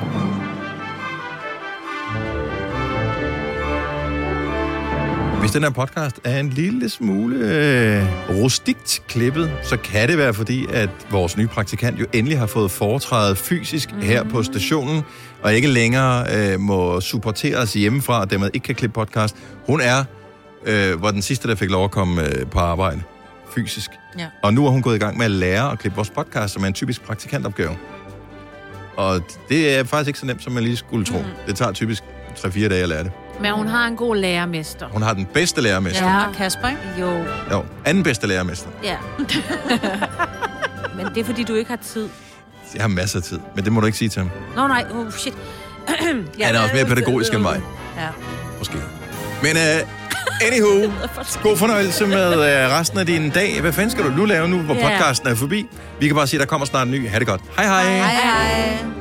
Hvis den her podcast er en lille smule øh, rustikt klippet, så kan det være fordi, at vores nye praktikant jo endelig har fået foretrædet fysisk mm. her på stationen, og ikke længere øh, må supportere os hjemmefra, og dermed ikke kan klippe podcast. Hun er, øh, var den sidste, der fik lov at komme øh, på arbejde fysisk. Ja. Og nu er hun gået i gang med at lære at klippe vores podcast, som er en typisk praktikantopgave. Og det er faktisk ikke så nemt, som man lige skulle tro. Mm. Det tager typisk 3-4 dage at lære det. Men hun har en god lærermester. Hun har den bedste lærermester. Ja. Og Kasper, ikke? Jo, Jo, anden bedste lærermester. ja. Men det er, fordi du ikke har tid. Jeg har masser af tid, men det må du ikke sige til ham. Nå nej, oh shit. ja, Han er også mere pædagogisk end mig, Ja. måske. Men uh, anywho, god fornøjelse med uh, resten af din dag. Hvad fanden skal du nu lave nu, hvor Ja. podcasten er forbi? Vi kan bare sige, at der kommer snart en ny. Ha' det godt. Hej hej. Hej hej.